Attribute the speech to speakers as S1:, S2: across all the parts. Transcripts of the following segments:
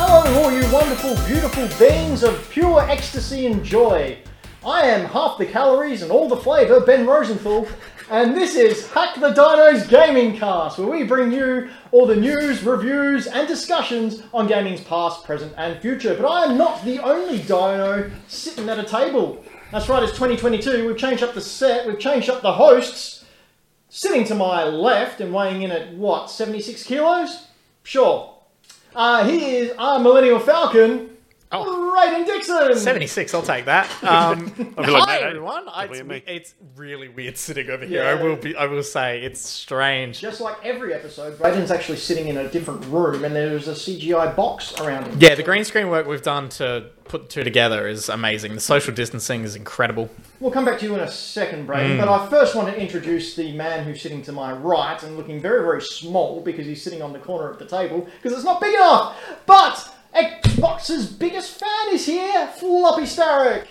S1: Hello, all you wonderful, beautiful beings of pure ecstasy and joy. I am half the calories and all the flavour, Ben Rosenthal, and this is Hack the Dino's Gaming Cast, where we bring you all the news, reviews, and discussions on gaming's past, present, and future. But I am not the only dino sitting at a table. That's right, it's 2022. We've changed up the set, we've changed up the hosts. Sitting to my left and weighing in at what, 76 kilos? Sure, uh, he is our Millennial Falcon,
S2: Oh.
S1: Raiden Dixon.
S2: 76, I'll take that. Um, hi,
S3: that.
S2: everyone. I, it's,
S3: me.
S2: it's really weird sitting over here.
S1: Yeah.
S2: I will be. I will say it's strange.
S1: Just like every episode, Raiden's actually sitting in a different room and there's a CGI box around him.
S2: Yeah, the green screen work we've done to put two together is amazing. The social distancing is incredible.
S1: We'll come back to you in a second, Braden,
S2: Mm.
S1: but I first want to introduce the man who's sitting to my right and looking very, very small because he's sitting on the corner of the table because it's not big enough. But Xbox's biggest fan is here, Floppy Starrick.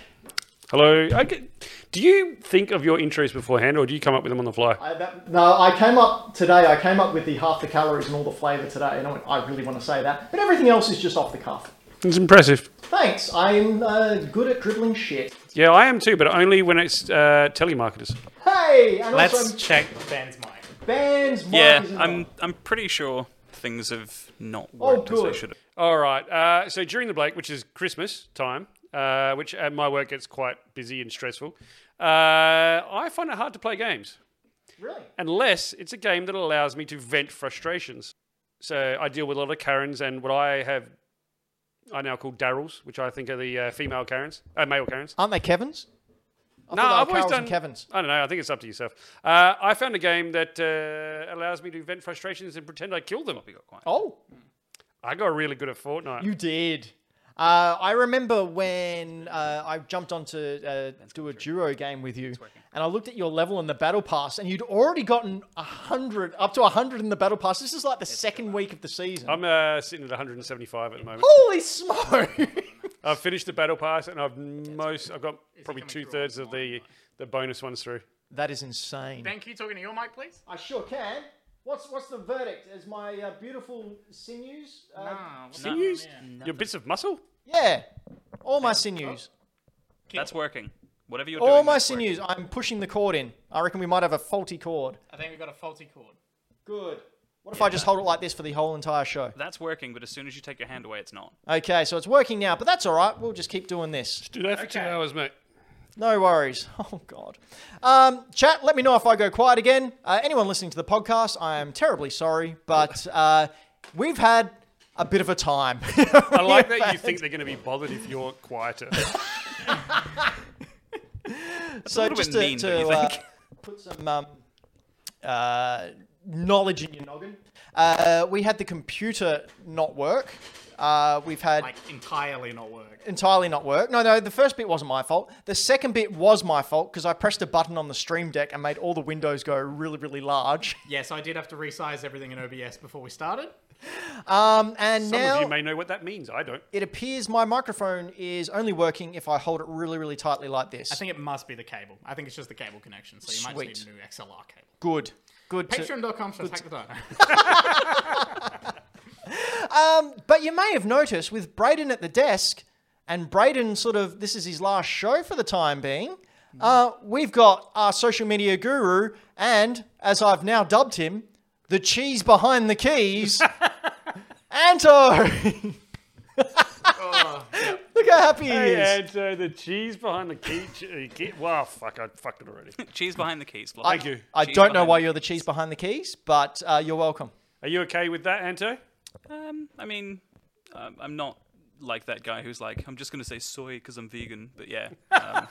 S3: Hello. I get- do you think of your intros beforehand, or do you come up with them on the fly?
S1: I, Uh, that, no, I came up today. I came up with the half the calories and all the flavour today, and I, went, I really want to say that. But everything else is just off the cuff.
S3: It's impressive.
S1: Thanks. I'm uh, good at dribbling shit.
S3: Yeah, I am too, but only when it's uh, telemarketers.
S1: Hey, and
S2: Let's
S1: also
S2: check Ben's mic.
S1: Ben's mic
S4: Yeah,
S1: is
S4: I'm
S1: involved.
S4: I'm pretty sure things have not
S1: Oh,
S4: worked as
S1: good.
S4: they should have.
S3: All right. Uh, so during the break, which is Christmas time, uh, which at my work gets quite busy and stressful, uh, I find it hard to play games
S1: really.
S3: unless it's a game that allows me to vent frustrations. So I deal with a lot of Karens, and what I have, I now call Daryls, which I think are the uh, female Karens, uh, male Karens.
S1: Aren't they Kevin's? I
S3: No,
S1: thought
S3: I've
S1: they were
S3: always
S1: Carls
S3: done.
S1: and Kevin's.
S3: I don't know. I think it's up to yourself. Uh, I found a game that uh, allows me to vent frustrations and pretend I killed them.
S4: We got quiet.
S1: Oh,
S3: I got really good at Fortnite.
S1: you did. Uh, I remember when uh, I jumped on to uh, do a duo game with you, and I looked at your level in the battle pass, and you'd already gotten hundred, up to hundred in the battle pass. This is like the second week of the season.
S3: I'm uh, sitting at 175 at the moment.
S1: Holy smoke!
S3: I've finished the battle pass, and I've most. I've got probably two thirds of the the bonus ones through.
S1: that is insane.
S5: Ben, can you talk into your mic, please?
S1: I sure can. What's what's the verdict? Is my uh, beautiful sinews? Uh,
S3: Sinews, your bits of muscle.
S1: Yeah, all my sinews,
S4: That's working. Whatever
S5: Oh.
S4: you're doing.
S1: all my
S4: that's working.
S1: sinews. I'm pushing the cord in. I reckon we might have a faulty cord.
S5: I think we've got a faulty cord.
S1: Good. What if I just hold it like this for the whole entire show?
S4: That's working, but as soon as you take your hand away, it's not.
S1: Okay, so it's working now, but that's all right. We'll just keep doing this.
S3: Do that for two hours, mate.
S1: No worries. Oh God. Um, chat. Let me know if I go quiet again. Uh, anyone listening to the podcast, I am terribly sorry, but uh, we've had a bit of a time.
S3: I like that you think they're going to be bothered if you're quieter.
S1: so
S4: little bit
S1: just to,
S4: mean,
S1: to
S4: don't you
S1: uh,
S4: think?
S1: put some um, uh, knowledge in your noggin, uh, we had the computer not work. Uh, we've had
S5: Like, entirely not work.
S1: entirely not work. No, no, the first bit wasn't my fault. The second bit was my fault because I pressed a button on the Stream Deck and made all the windows go really, really large.
S5: Yes, I did have to resize everything in OBS before we started.
S1: Um, and
S3: Some
S1: now
S3: of you may know what that means. I don't.
S1: it appears my microphone is only working if I hold it really, really tightly like this.
S5: I think it must be the cable. I think it's just the cable connection, so you might just need a new XLR cable.
S1: good. Good. to-
S5: Patreon.com slash hack the dino.
S1: But you may have noticed with Braden at the desk, and Braden sort of this is his last show for the time being. Uh, we've got our social media guru, and as I've now dubbed him, the cheese behind the keys, Anto. Look how happy he is.
S3: And so the cheese behind the key. che- key- Wow, fuck! I fucked it already.
S4: Cheese behind the keys. Fluff.
S3: Thank you.
S1: I
S4: Cheese
S1: don't know
S4: behind
S1: why
S4: the
S1: you're the cheese behind the keys, but uh, you're welcome.
S3: Are you okay with that, Anto?
S4: Um, I mean, um, I'm not like that guy who's like, I'm just gonna say soy because I'm vegan. But yeah, um,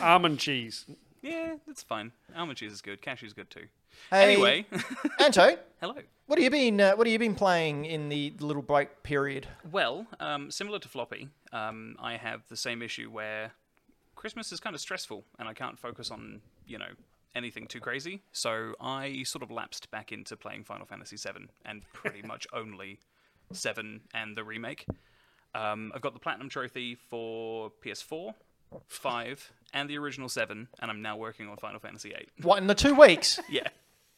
S3: Almond cheese.
S4: yeah, that's fine. Almond cheese is good. Cashew's good too.
S1: Hey,
S4: Anyway,
S1: Anto,
S4: hello.
S1: what have you been? Uh, what have you been playing in the little break period?
S4: Well, um, similar to floppy, um, I have the same issue where Christmas is kind of stressful and I can't focus on, you know, anything too crazy. So I sort of lapsed back into playing Final Fantasy VII and pretty much only Seven and the remake. Um, I've got the platinum trophy for PS4, five, and the original seven, and I'm now working on Final Fantasy VIII.
S1: What in the two weeks?
S4: yeah,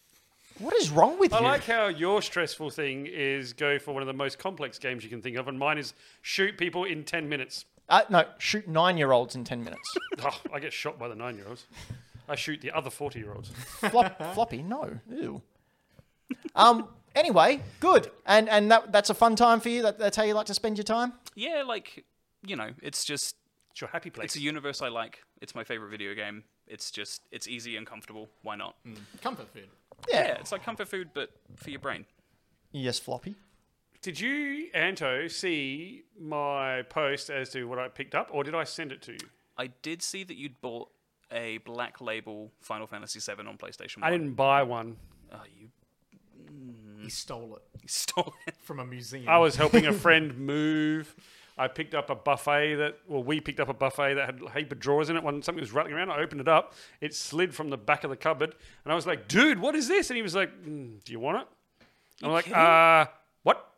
S1: What is wrong with
S3: I
S1: you?
S3: like how your stressful thing is go for one of the most complex games you can think of, and mine is shoot people in 10 minutes.
S1: uh, no, shoot nine-year-olds in ten minutes.
S3: Oh, I get shot by the nine year olds. I shoot the other 40 year olds.
S1: Flop, floppy, no. Ew. Um. Anyway, good. And and that that's a fun time for you. That, that's how you like to spend your time.
S4: yeah, like you know, it's just
S3: It's your happy place.
S4: it's a universe I like. It's my favorite video game. It's just it's easy and comfortable. Why not?
S2: Comfort food.
S4: Yeah, it's like comfort food, but for your brain.
S1: Yes, floppy.
S3: Did you, Anto, see my post as to what I picked up, or did I send it to you?
S4: I did see that you'd bought a black label Final Fantasy VII on PlayStation. 1.
S3: I didn't buy one.
S4: Oh, you
S2: He stole it
S4: stole it.
S2: from a museum.
S3: I was helping a friend move. I picked up a buffet that, well, we picked up a buffet that had a heap of drawers in it. When something was rattling around, I opened it up. It slid from the back of the cupboard, and I was like, "Dude, what is this?" And he was like, "Mm, "Do you want it?" I'm like, "Uh, what?"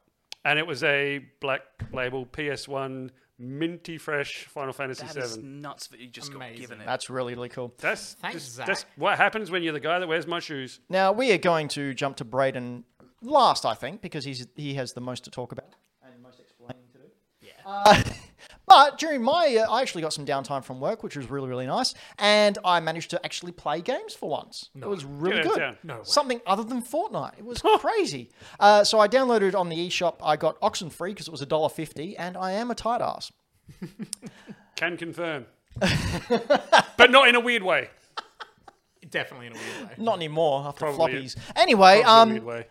S3: And it was a black label PS1 minty fresh Final Fantasy
S4: That
S3: VII.
S4: is nuts that you just got given
S2: Amazing.
S4: it.
S1: That's really, really cool.
S3: That's
S2: Thanks,
S3: that's-
S2: Zach.
S3: that's what happens when you're the guy that wears my shoes.
S1: Now we are going to jump to Braden last, I think, because he's he has the most to talk about and most explaining to do. Yeah. but during my, uh, I actually got some downtime from work, which was really really nice, and I managed to actually play games for once. It was really
S3: Get out of
S1: good.
S3: town. No
S2: way.
S1: Something other than Fortnite. It was crazy. Uh, so I downloaded on the eShop. I got Oxenfree because it was $1.50, and I am a tight ass.
S3: Can confirm, but not in a weird way.
S2: Definitely in a weird way.
S1: Not anymore after
S3: Probably-
S1: floppies. Anyway,
S3: Not in a
S1: um,
S3: weird way.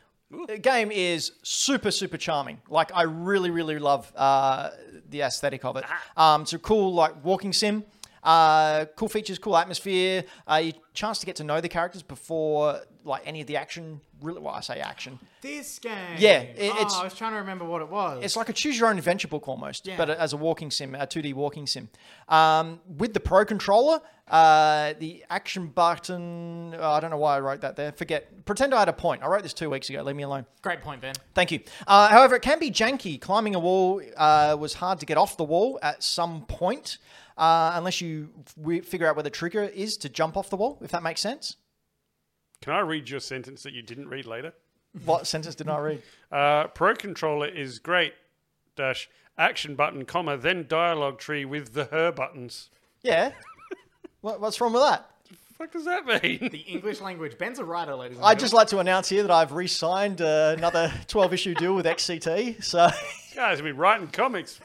S1: The game is super, super charming. Like I really, really love uh, the aesthetic of it. Um, it's a cool like walking sim. Uh, cool features, cool atmosphere. Uh, you chance to get to know the characters before like any of the action. Really, well, I say action.
S2: This game.
S1: Yeah, it-
S2: oh,
S1: it's-
S2: I was trying to remember what it was.
S1: It's like a choose your own adventure book almost,
S2: Yeah.
S1: but as a walking sim, a 2D walking sim. Um, with the Pro controller, uh, the action button. oh, I don't know why I wrote that there. Forget. Pretend I had a point. I wrote this two weeks ago. Leave me alone.
S2: Great point, Ben.
S1: Thank you. Uh, however, it can be janky. Climbing a wall uh, was hard to get off the wall at some point, uh, unless you w- figure out where the trigger is to jump off the wall, if that makes sense.
S3: Can I read your sentence that you didn't read later?
S1: What sentence did I read?
S3: Uh, Pro controller is great. Dash action button, comma then dialogue tree with the her buttons.
S1: Yeah. What, what's wrong with that?
S3: What the fuck does that mean?
S2: The English language. Ben's a writer, ladies and
S1: I'd
S2: gentlemen.
S1: just like to announce here that I've re signed uh, another 12 issue deal with XCT. So.
S3: Guys, we writing comics.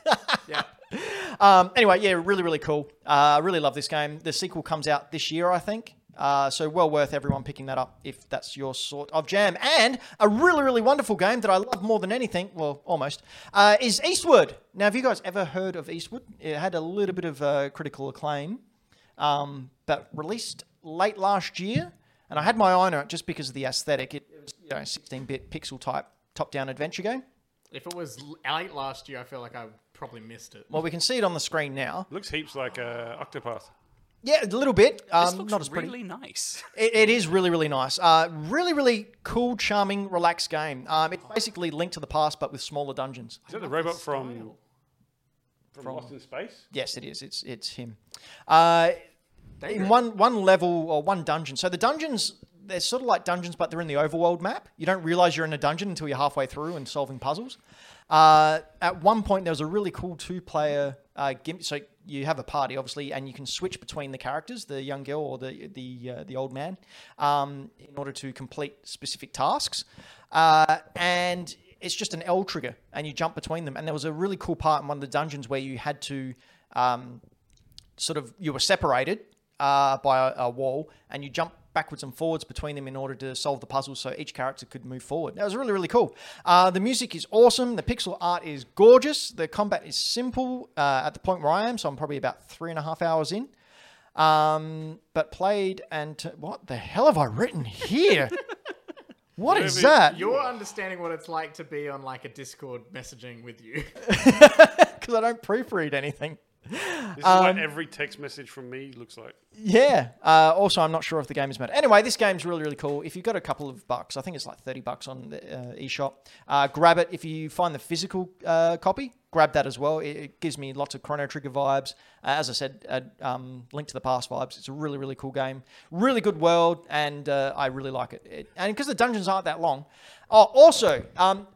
S1: Um, anyway, yeah, really, really cool. Uh, I really love this game. The sequel comes out this year, I think. Uh, so well worth everyone picking that up if that's your sort of jam. And a really, really wonderful game that I love more than anything, well, almost, uh, is Eastwood. Now, have you guys ever heard of Eastwood? It had a little bit of uh, critical acclaim, um, but released late last year. And I had my eye on it just because of the aesthetic. It, it was, you know, 16-bit pixel type top-down adventure game.
S2: If it was l- late last year, I feel like I probably missed it.
S1: Well, we can see it on the screen now.
S3: Looks heaps like uh, Octopath.
S1: Yeah, a little bit. Um,
S4: this looks
S1: not as pretty.
S4: really nice.
S1: It, it is really, really nice. Uh, really, really cool, charming, relaxed game. Um, it's basically linked to the past, but with smaller dungeons.
S3: Is that the robot from, from Lost in Space?
S1: Yes, it is. It's it's him. Uh, in one one level or one dungeon. So the dungeons they're sort of like dungeons, but they're in the overworld map. You don't realize you're in a dungeon until you're halfway through and solving puzzles. Uh, at one point, there was a really cool two player uh, gimp. So you have a party, obviously, and you can switch between the characters, the young girl or the the uh, the old man, um, in order to complete specific tasks. Uh, and it's just an L trigger, and you jump between them. And there was a really cool part in one of the dungeons where you had to um, sort of you were separated uh, by a, a wall and you jump backwards and forwards between them in order to solve the puzzle so each character could move forward that was really really cool uh, the music is awesome the pixel art is gorgeous the combat is simple uh, at the point where i am so i'm probably about three and a half hours in um, but played and t- what the hell have i written here What is that
S2: You're understanding what it's like to be on like a Discord messaging with you.
S1: because i don't proofread anything
S3: This is what every text message from me looks like.
S1: Yeah. Uh, also, I'm not sure if the game is made. Anyway, this game's really, really cool. If you've got a couple of bucks, I think it's like 30 bucks on the uh, eShop, uh, grab it. If you find the physical uh, copy, grab that as well. It, it gives me lots of Chrono Trigger vibes. Uh, as I said, uh, um, Link to the Past vibes. It's a really, really cool game. Really good world, and uh, I really like it. it and because the dungeons aren't that long. Oh, also, um,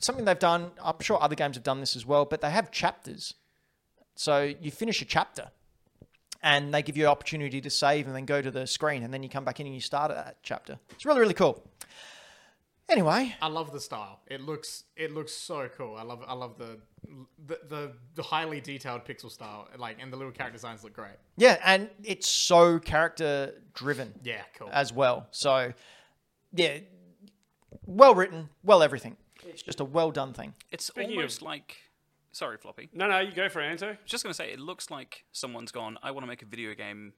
S1: something they've done, I'm sure other games have done this as well, but they have chapters. So you finish a chapter and they give you an opportunity to save and then go to the screen and then you come back in and you start at that chapter. It's really, really cool. Anyway,
S2: I love the style. It looks it looks so cool. I love I love the the, the, the highly detailed pixel style. Like and the little character designs look great.
S1: yeah, and it's so character driven
S2: Yeah, cool.
S1: as well. So, yeah, well written, well everything. It's just a well done thing.
S4: It's
S3: Speaking of-
S4: almost like. Sorry, Floppy.
S3: No, no, you go for it, Anto.
S4: I was just going to say, it looks like someone's gone, I want to make a video game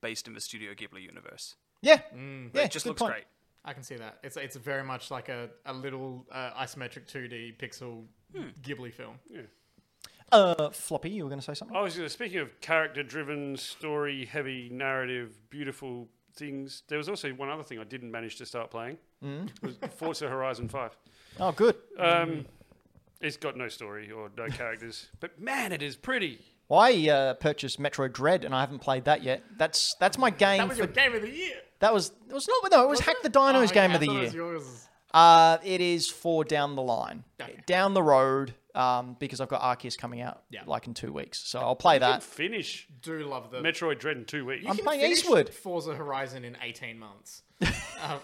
S4: based in the Studio Ghibli universe.
S1: Yeah,
S2: Mm,
S1: yeah,
S4: It just
S1: good
S4: looks
S1: point.
S4: great.
S2: I can see that. It's it's very much like a, a little uh, isometric 2D pixel Ghibli film.
S1: Uh, Floppy, you were going to say something?
S2: Oh.
S3: I was gonna, speaking of character-driven, story-heavy, narrative, beautiful things. There was also one other thing I didn't manage to start playing. It was Forza Horizon Five.
S1: Oh, good.
S3: Um, it's got no story or no characters, but man, it is pretty.
S1: Well, I uh, purchased Metro Dread and I haven't played that yet. That's that's my game.
S2: That was
S1: for,
S2: your game of the year.
S1: that was it was not no, it was Hack the Dinos
S2: Oh, okay,
S1: game
S2: I
S1: of the
S2: thought it
S1: year.
S2: was yours.
S1: Uh, it is for down the line,
S2: Okay.
S1: down the road, um, because I've got Arceus coming out
S2: Yeah.
S1: like in two weeks, so I'll play that.
S3: Finish
S2: Do love the
S3: Metroid Dread in two weeks.
S1: I'm
S2: You can
S1: playing
S2: finish
S1: Eastwood.
S2: Forza Horizon in 18 months. um,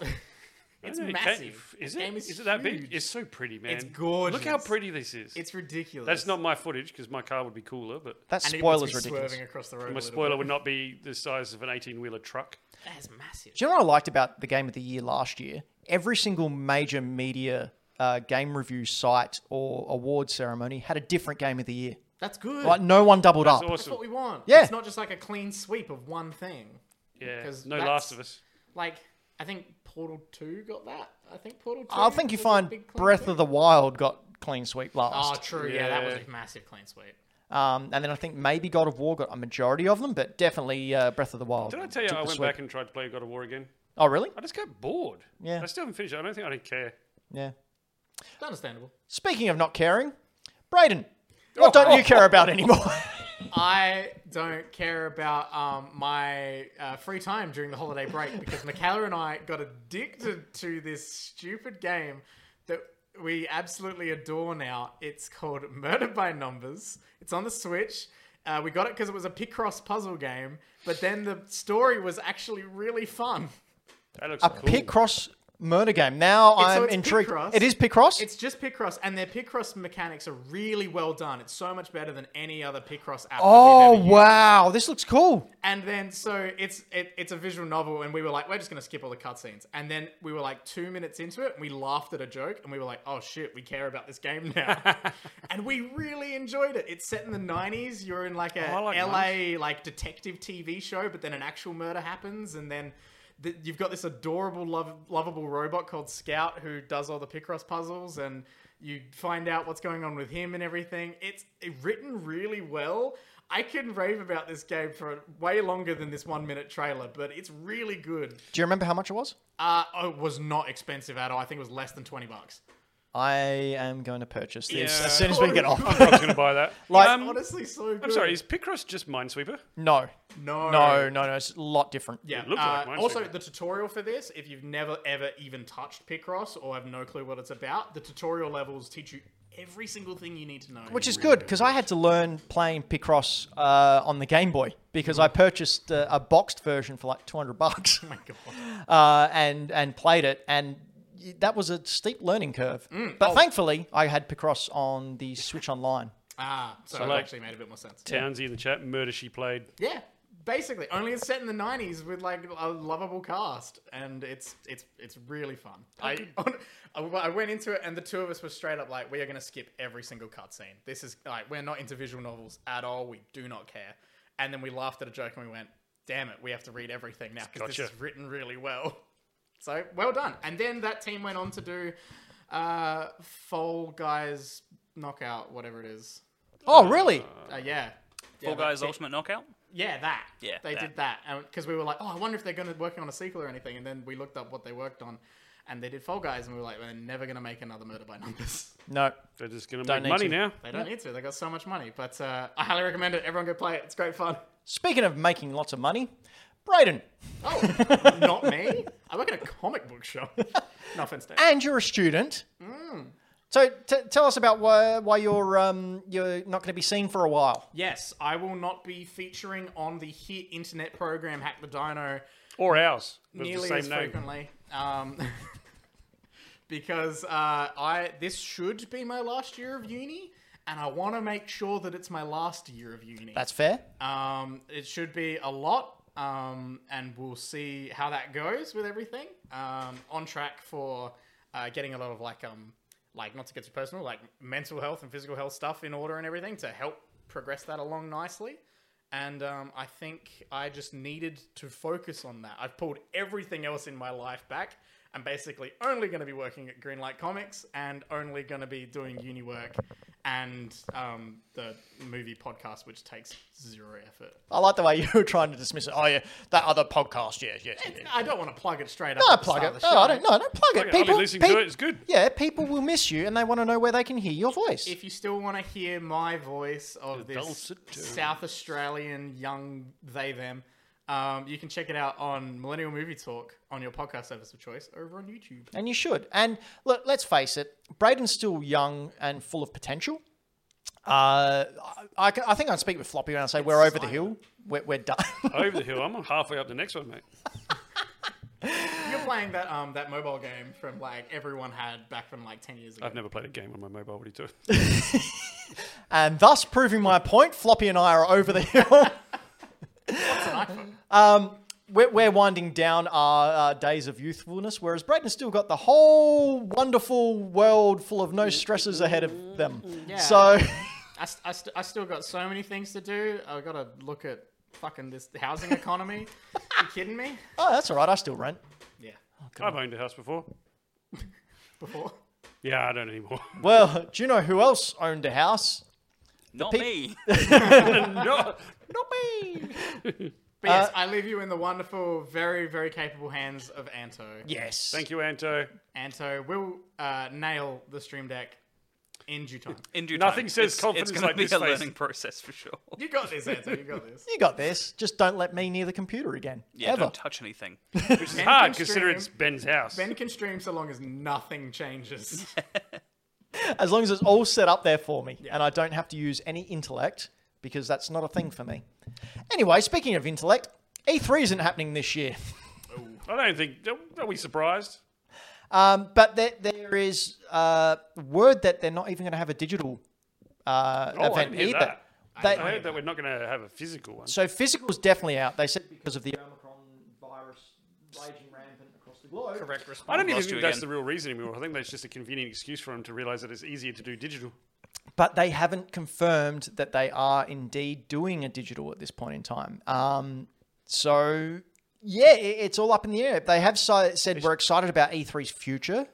S2: it's
S3: I don't know, can-
S2: massive.
S3: Is
S2: The
S3: it?
S2: game is
S3: is it that big?
S2: huge.
S3: It's so pretty, man. Look how
S2: gorgeous.
S3: pretty this is.
S2: It's ridiculous.
S3: That's not my footage because my car would be cooler, but
S1: That
S2: And it must
S1: spoiler's
S2: be
S1: ridiculous.
S2: Swerving across the road.
S3: my spoiler would not be the size of an 18-wheeler truck.
S2: That's massive.
S1: Do you know what I liked about the game of the year last year? Every single major media uh, game review site or award ceremony had a different game of the year.
S2: That's good.
S1: Like no one doubled up.
S3: It's
S2: That's
S3: awesome.
S2: what we want.
S1: Yeah.
S2: It's not just like a clean sweep of one thing.
S3: Yeah.
S2: 'Cause
S3: No
S2: that's-
S3: Last of Us.
S2: Like, I think Portal 2 got that. I think Portal 2.
S1: I think you
S2: was a
S1: find
S2: big clean
S1: Breath
S2: sweep.
S1: of the Wild got clean sweep
S2: Oh,
S3: Ah,
S1: last,
S2: true. Yeah. that was
S3: Yeah.
S2: a massive clean sweep.
S1: um, and then I think maybe God of War got a majority of them, but definitely uh, Breath of the Wild.
S3: Did I tell you
S1: took
S3: I
S1: the
S3: went
S1: sweep.
S3: back and tried to play God of War again?
S1: Oh, really?
S3: I just got bored.
S1: Yeah.
S3: I still haven't finished it. I don't think I don't care.
S1: Yeah.
S2: It's understandable.
S1: Speaking of not caring, Brayden, what don't you care about anymore?
S2: I don't care about um, my uh, free time during the holiday break because Michaela and I got addicted to this stupid game that we absolutely adore now. It's called Murder by Numbers. It's on the Switch. Uh, we got it because it was a Picross puzzle game, but then the story was actually really fun.
S3: That looks
S1: a
S3: cool.
S1: Picross murder game. Now I'm
S2: it's
S1: intrigued.
S2: Picross.
S1: It is Picross.
S2: It's just Picross, and their Picross mechanics are really well done. It's so much better than any other Picross app. that we've
S1: oh
S2: ever used.
S1: wow, this looks cool.
S2: And then so it's it, it's a visual novel, and we were like, we're just gonna skip all the cutscenes. And then we were like two minutes into it, and we laughed at a joke, and we were like, oh shit, we care about this game now. and we really enjoyed it. It's set in the '90s. You're in like a
S3: Oh, I like
S2: LA like detective TV show, but then an actual murder happens, and then. th- You've got this adorable, lov lovable robot called Scout who does all the Picross puzzles, and you find out what's going on with him and everything. It's written really well. I can rave about this game for way longer than this one minute trailer, but it's really good.
S1: Do you remember how much it was?
S2: Uh, oh, it was not expensive at all. I think it was less than 20 bucks.
S1: I am going to purchase this
S3: Yeah.
S1: as soon as we get
S3: I'm
S1: off.
S3: probably going to buy that.
S1: Like-
S3: um,
S2: Honestly, so good.
S3: I'm sorry, is Picross just Minesweeper?
S1: No,
S2: No.
S1: no, no, no. It's a lot different.
S2: Yeah.
S3: It looked
S2: uh,
S3: like Minesweeper.
S2: also, the tutorial for this, if you've never ever even touched Picross or have no clue what it's about, the tutorial levels teach you every single thing you need to know.
S1: Which is good because I had to learn playing Picross uh, on the Game Boy because I purchased uh, a boxed version for like 200 bucks.
S2: Oh my God.
S1: uh, and and played it, and y- that was a steep learning curve. But thankfully, I had Picross on the Switch Online.
S2: Ah, so, it
S3: like-
S2: actually made a bit more sense.
S3: Townsy in the chat, Murder She Played.
S2: Yeah, basically, only it's set in the '90s with like a lovable cast, and it's it's it's really fun. I I I went into it, and the two of us were straight up like, we are going to skip every single cutscene. This is like we're not into visual novels at all. We do not care. And then we laughed at a joke, and we went, "Damn it, we have to read everything now because this
S3: Gotcha.
S2: is written really well." So well done. And then that team went on to do uh, Fall Guys Knockout, whatever it is.
S1: Oh, really?
S2: Uh, yeah.
S4: Four
S2: but
S4: Guys
S2: it-
S4: Ultimate Knockout.
S2: Yeah, that.
S4: Yeah,
S2: They
S4: that.
S2: did that. Because we were like, oh, I wonder if they're going to working on a sequel or anything. And then we looked up what they worked on. And they did Fall Guys. And we were like, they're never going to make another Murder by Numbers.
S1: No.
S3: They're just going to
S1: Don't
S3: make
S1: need
S3: money
S1: to.
S3: now.
S2: They don't need to. They got so much money. But uh, I highly recommend it. Everyone go play it. It's great fun.
S1: Speaking of making lots of money, Brayden,
S2: Oh, not me. I work at a comic book shop. No offense, Dave.
S1: and you're a student. Mm. So t- tell us about why, why you're um, you're not going to be seen for a while.
S2: Yes, I will not be featuring on the hit internet program Hack the Dino
S3: Or ours. With the
S2: nearly
S3: same
S2: as
S3: name.
S2: frequently. Um, because uh, I this should be my last year of uni, and I want to make sure that it's my last year of uni.
S1: That's fair.
S2: Um, it should be a lot, um, and we'll see how that goes with everything. Um, on track for uh, getting a lot of like, um, like not to get too personal, like mental health and physical health stuff in order and everything to help progress that along nicely. And um, I think I just needed to focus on that. I've pulled everything else in my life back. I'm basically only going to be working at Greenlight Comics and only going to be doing uni work and um, the movie podcast, which takes zero effort.
S1: I like the way you were trying to dismiss it. Oh yeah, that other podcast. Yes, yes. yes.
S2: I don't want to plug it straight up.
S1: No,
S2: at the
S1: plug
S2: start
S1: it.
S2: of the
S1: No, I
S2: show.
S1: don't. No, don't plug
S3: Yeah,
S1: it.
S3: I've
S1: People,
S3: been listening to
S1: peop-
S3: it. It's good.
S1: Yeah, people will miss you, and they want to know where they can hear your voice.
S2: If you still want to hear my voice of this
S3: dulcet tone.
S2: South Australian young they them, um, you can check it out on Millennial Movie Talk on your podcast service of choice over on YouTube.
S1: and you should. And look, let's face it, Braden's still young and full of potential. Uh, I, I, can- I think I'd speak with Floppy when I say we're over the hill. We're, we're done.
S3: Over the hill. I'm halfway up the next one, mate.
S2: You're playing that um that mobile game from like everyone had back from like ten years ago.
S3: I've never played a game on my mobile. What do you do?
S1: and thus proving my point, Floppy and I are over the hill. um, we're, we're winding down our uh, days of youthfulness, whereas Braden's still got the whole wonderful world full of no stresses ahead of them. So.
S2: I, st- I, st- I still got so many things to do. I got to look at fucking this housing economy. you kidding me?
S1: Oh, that's all right. I still rent.
S2: Yeah.
S3: I've owned a house before.
S2: Before.
S3: Yeah, I don't anymore.
S1: Well, do you know who else owned a house?
S4: Not
S1: pe-
S4: me.
S3: no.
S1: Not me.
S2: But yes, I leave you in the wonderful, very, very capable hands of Anto.
S1: Yes.
S3: Thank you, Anto.
S2: Anto will uh, nail the stream deck in due time.
S4: In due
S3: Nothing
S4: time.
S3: says
S4: it's,
S3: confidence
S4: It's going
S3: like
S4: to be
S3: this
S4: a
S3: face.
S4: learning process for sure.
S2: You got this, Anto. You got this.
S1: You got this. Just don't let me near the computer again.
S4: Yeah,
S1: ever.
S4: don't touch anything.
S3: Which is
S2: Ben
S3: hard
S2: can
S3: considering it's
S2: stream.
S3: Ben's house.
S2: Ben can stream so long as nothing changes.
S1: as long as it's all set up there for me and I don't have to use any intellect because that's not a thing for me. Anyway, speaking of intellect, E3 isn't happening this year.
S3: I don't think. Are we surprised?
S1: Um, but there, there is uh, word that they're not even going to have a digital uh,
S3: Oh, I
S1: event
S3: didn't hear
S1: either.
S3: that.
S1: They-
S3: I heard that we're not going to have a physical one.
S1: So physical's definitely out. They said because of the Omicron virus raging rampant across the globe.
S4: Correct response.
S3: I don't even
S4: Lost
S3: think
S4: you
S3: that's the
S4: again.
S3: real reason anymore. I think that's just a convenient excuse for them to realise that it's easier to do digital.
S1: but they haven't confirmed that they are indeed doing a digital at this point in time. Um, so yeah, it, it's all up in the air. They have si- said we're excited about E3's future,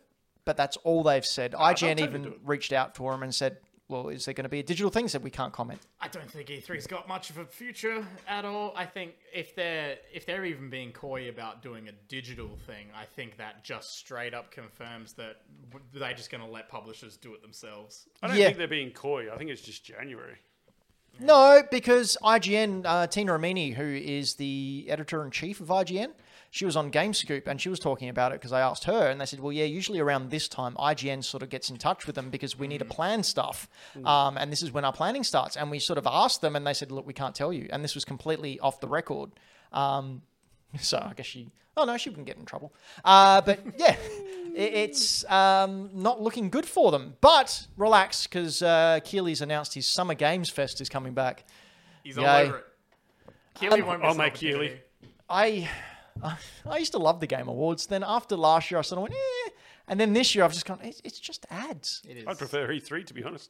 S1: but that's all they've said. IGN
S3: totally do
S1: even
S3: it.
S1: reached out to them and said, "Well, is there going to be a digital thing?" Said we can't comment.
S2: I don't think E3's got much of a future at all. I think if they're if they're even being coy about doing a digital thing, I think that just straight up confirms that w- they're just going to let publishers do it themselves.
S3: I don't
S1: Yeah.
S3: think they're being coy. I think it's just January.
S1: No, because IGN, uh, Tina Romini, who is the editor in chief of IGN, she was on Game Scoop and she was talking about it because I asked her and they said, well, yeah, usually around this time, IGN sort of gets in touch with them because we need to plan stuff. Um, and this is when our planning starts. And we sort of asked them and they said, look, we can't tell you. And this was completely off the record. Um, so I guess she, oh no, she wouldn't get in trouble. Uh, but yeah, i- it's um, not looking good for them. But relax, because uh, Keely's announced his Summer Games Fest is coming back.
S2: He's all
S1: Yay.
S2: over it. Keely won't miss
S3: I'll
S2: an
S3: make Keely.
S2: opportunity.
S1: I, I used to love the Game Awards. Then after last year, I sort of went, eh. And then this year, I've just gone, it's, it's just ads.
S2: It
S3: I'd
S2: is.
S3: prefer E3 to be honest.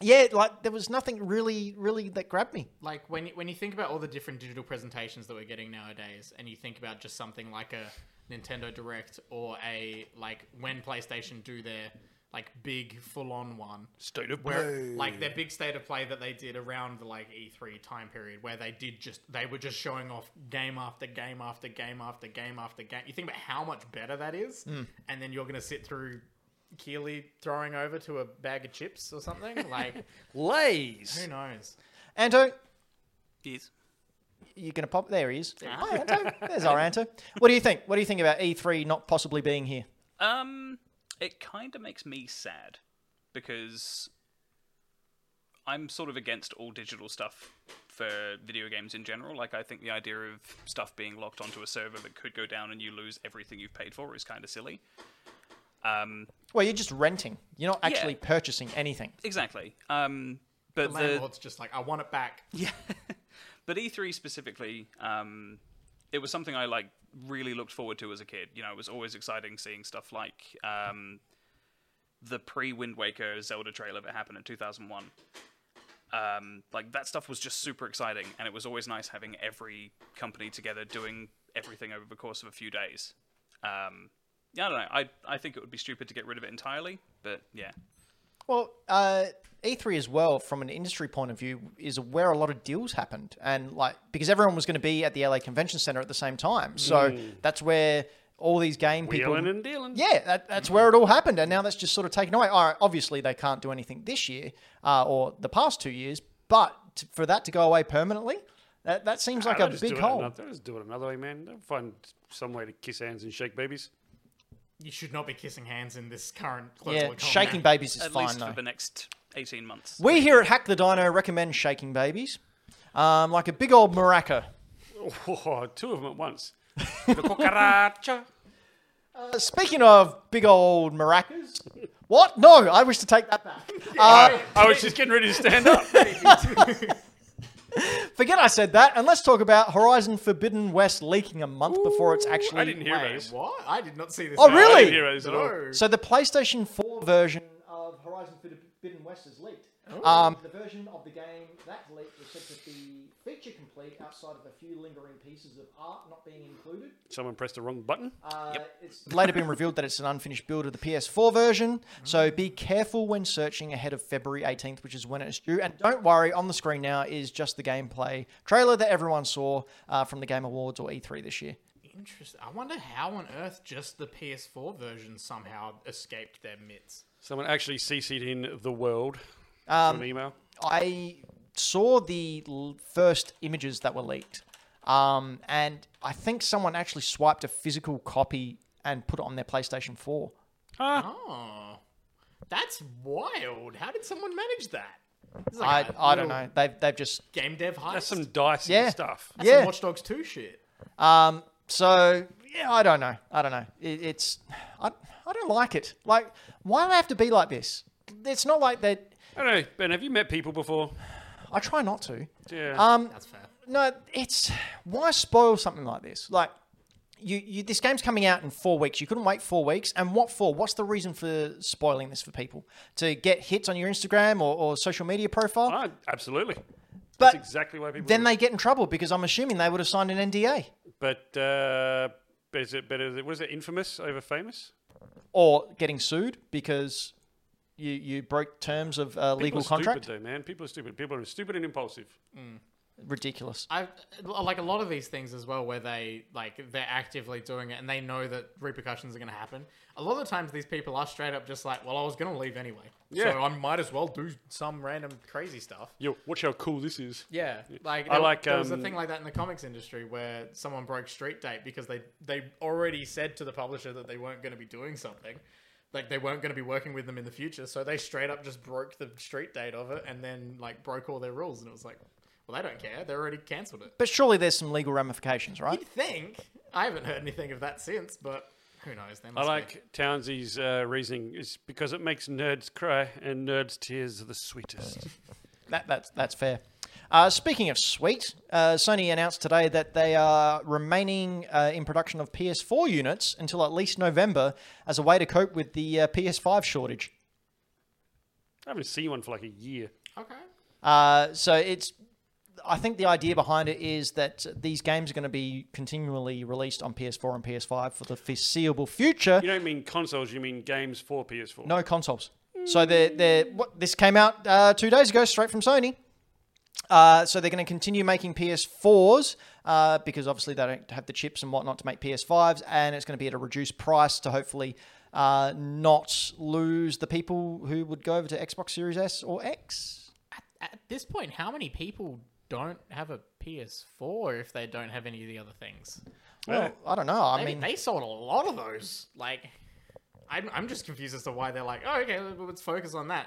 S1: Yeah, like there was nothing really, really that grabbed me.
S2: like when you- when you think about all the different digital presentations that we're getting nowadays, and you think about just something like a Nintendo Direct or a like when PlayStation do their like big full on one.
S3: State of
S2: Where like their big state of play that they did around the like E3 time period where they did just they were just showing off game after game after game after game after game. You think about how much better that is,
S1: Hmm.
S2: and then you're gonna sit through Keely throwing over to a bag of chips or something. Like
S1: Lays.
S2: who knows?
S1: Anto,
S4: Yes.
S1: you gonna pop? There he is. Hi, Anto. There's our Anto. What do you think? What do you think about E3 not possibly being here?
S4: Um, it kind of makes me sad because I'm sort of against all digital stuff for video games in general. Like, I think the idea of stuff being locked onto a server that could go down and you lose everything you've paid for is kind of silly. Um,
S1: Well, you're just renting. You're not actually
S4: Yeah.
S1: purchasing anything.
S4: exactly. Um, but
S2: The
S4: the,
S2: landlord's just like, I want it back.
S4: Yeah. but E3 specifically, um, it was something I like really looked forward to as a kid. You know, it was always exciting seeing stuff like um, the pre Wind Waker Zelda trailer that happened in 2001. Um, like that stuff was just super exciting, and it was always nice having every company together doing everything over the course of a few days. Um, yeah, I don't know. I I think it would be stupid to get rid of it entirely, but yeah,
S1: Well, uh, E3 as well, from an industry point of view, is where a lot of deals happened, and like because everyone was going to be at the LA Convention Center at the same time, so
S3: Hmm.
S1: that's where all these game people.
S3: Dealing and dealing.
S1: Yeah, that, that's where it all happened, and now that's just sort of taken away. All right, obviously they can't do anything this year uh, or the past two years, but t- for that to go away permanently, that, that seems like
S3: They'll
S1: a
S3: just
S1: big
S3: do it
S1: hole.
S3: Another, they'll just do it another way, man. They'll find some way to kiss hands and shake babies.
S2: You should not be kissing hands in this current global
S1: Yeah,
S2: economy.
S1: shaking babies is
S4: at
S1: fine
S4: least
S1: though.
S4: for the next 18 months.
S1: We here at Hack the Dino recommend shaking babies, um, like a big old maraca.
S3: Oh, two of them at once. the cucaracha.
S1: Uh, speaking of big old maracas, what? No, I wish to take that back.
S3: I was just Oh, getting ready to stand up.
S1: Forget I said that, and let's talk about Horizon Forbidden West leaking a month before it's actually.
S3: I didn't hear about
S2: Wait,
S3: this.
S2: what? I did not see this.
S1: Oh,
S2: at all.
S1: really?
S3: I didn't hear about this at all.
S2: No.
S1: So the PlayStation 4 version
S6: of Horizon Forbidden West is leaked.
S3: Oh.
S1: Um,
S6: the version of the game that leaked was said to be feature complete outside of a few lingering pieces of art not being included.
S3: Someone pressed the wrong button.
S6: Uh, It's
S1: later been revealed that it's an unfinished build of the PS4 version.
S2: Mm-hmm.
S1: So be careful when searching ahead of February 18th, which is when it's due. And don't worry, on the screen now is just the gameplay trailer that everyone saw uh, from the Game Awards or E3 this year.
S2: Interesting. I wonder how on earth just the PS4 version somehow escaped their mitts.
S3: Someone actually CC'd in the world
S1: Um,
S3: from an email.
S1: I saw the l- first images that were leaked, um, and I think someone actually swiped a physical copy and put it on their PlayStation 4.
S2: Oh, that's wild. How did someone manage that? It's
S1: I,
S2: like a
S1: I don't
S2: little
S1: know. They've, they've just.
S2: Game dev heist.
S3: That's some dicey
S1: Yeah.
S3: stuff.
S2: That's some
S1: yeah.
S2: Watch Dogs 2 shit.
S1: Um, so, yeah, I don't know. I don't know. It, it's. I, I don't like it. Like, why do I have to be like this? It's not like that.
S3: I don't know, Ben. Have you met people before?
S1: I try not to.
S3: Yeah.
S1: Um,
S2: That's fair.
S1: no, it's why spoil something like this? Like you, you this game's coming out in four weeks. You couldn't wait four weeks, and what for? What's the reason for spoiling this for people to get hits on your Instagram or, or social media profile?
S3: Ah, absolutely.
S1: but
S3: That's exactly why people.
S1: uh, then they get in trouble because I'm assuming they would have signed an NDA
S3: But uh, is it better? than- What is it? Infamous over famous?
S1: or getting sued because you you broke terms of a
S3: People
S1: legal
S3: are
S1: contract.
S3: Stupid though, man. People are stupid. People are stupid and impulsive.
S1: Ridiculous.
S2: I like a lot of these things as well, where they like they're actively doing it and they know that repercussions are going to happen. A lot of the times, these people are straight up just like, "Well, I was going to leave anyway, so
S3: Yeah.
S2: I might as well do some random crazy stuff."
S3: Yo, watch how cool this is.
S2: Yeah, like
S3: I
S2: there,
S3: like,
S2: there was a
S3: um,
S2: thing like that in the comics industry where someone broke Street Date because they they already said to the publisher that they weren't going to be doing something, like they weren't going to be working with them in the future. So they straight up just broke the Street Date of it and then like broke all their rules. And it was like, well, they don't care; they already cancelled it.
S1: But surely there's some legal ramifications, right?
S2: You'd think I haven't heard anything of that since, but who knows? They
S3: I
S2: must be.
S3: like Townsie's uh, reasoning is because it makes nerds cry and nerds' tears are the sweetest.
S1: That, that's that's fair. Uh, speaking of sweet, uh, Sony announced today that they are remaining uh, in production of PS4 units until at least November as a way to cope with the uh, PS5 shortage.
S3: I haven't seen one for like a year.
S2: Okay.
S1: Uh, so it's I think the idea behind it is that these games are going to be continually released on PS4 and PS5 for the foreseeable future.
S3: You don't mean consoles, you mean games for PS4.
S1: No consoles. So they're, they're what this came out uh, two days ago, straight from Sony. Uh, so they're going to continue making PS4s uh, because obviously they don't have the chips and whatnot to make PS5s, and it's going to be at a reduced price to hopefully uh, not lose the people who would go over to Xbox Series S or X.
S2: At this point, how many people don't have a PS4 if they don't have any of the other things?
S1: Well, I don't know. I
S2: I mean,
S1: mean,
S2: they sold a lot of those. Like, I'm, I'm just confused as to why they're like, oh, okay, let's focus on that.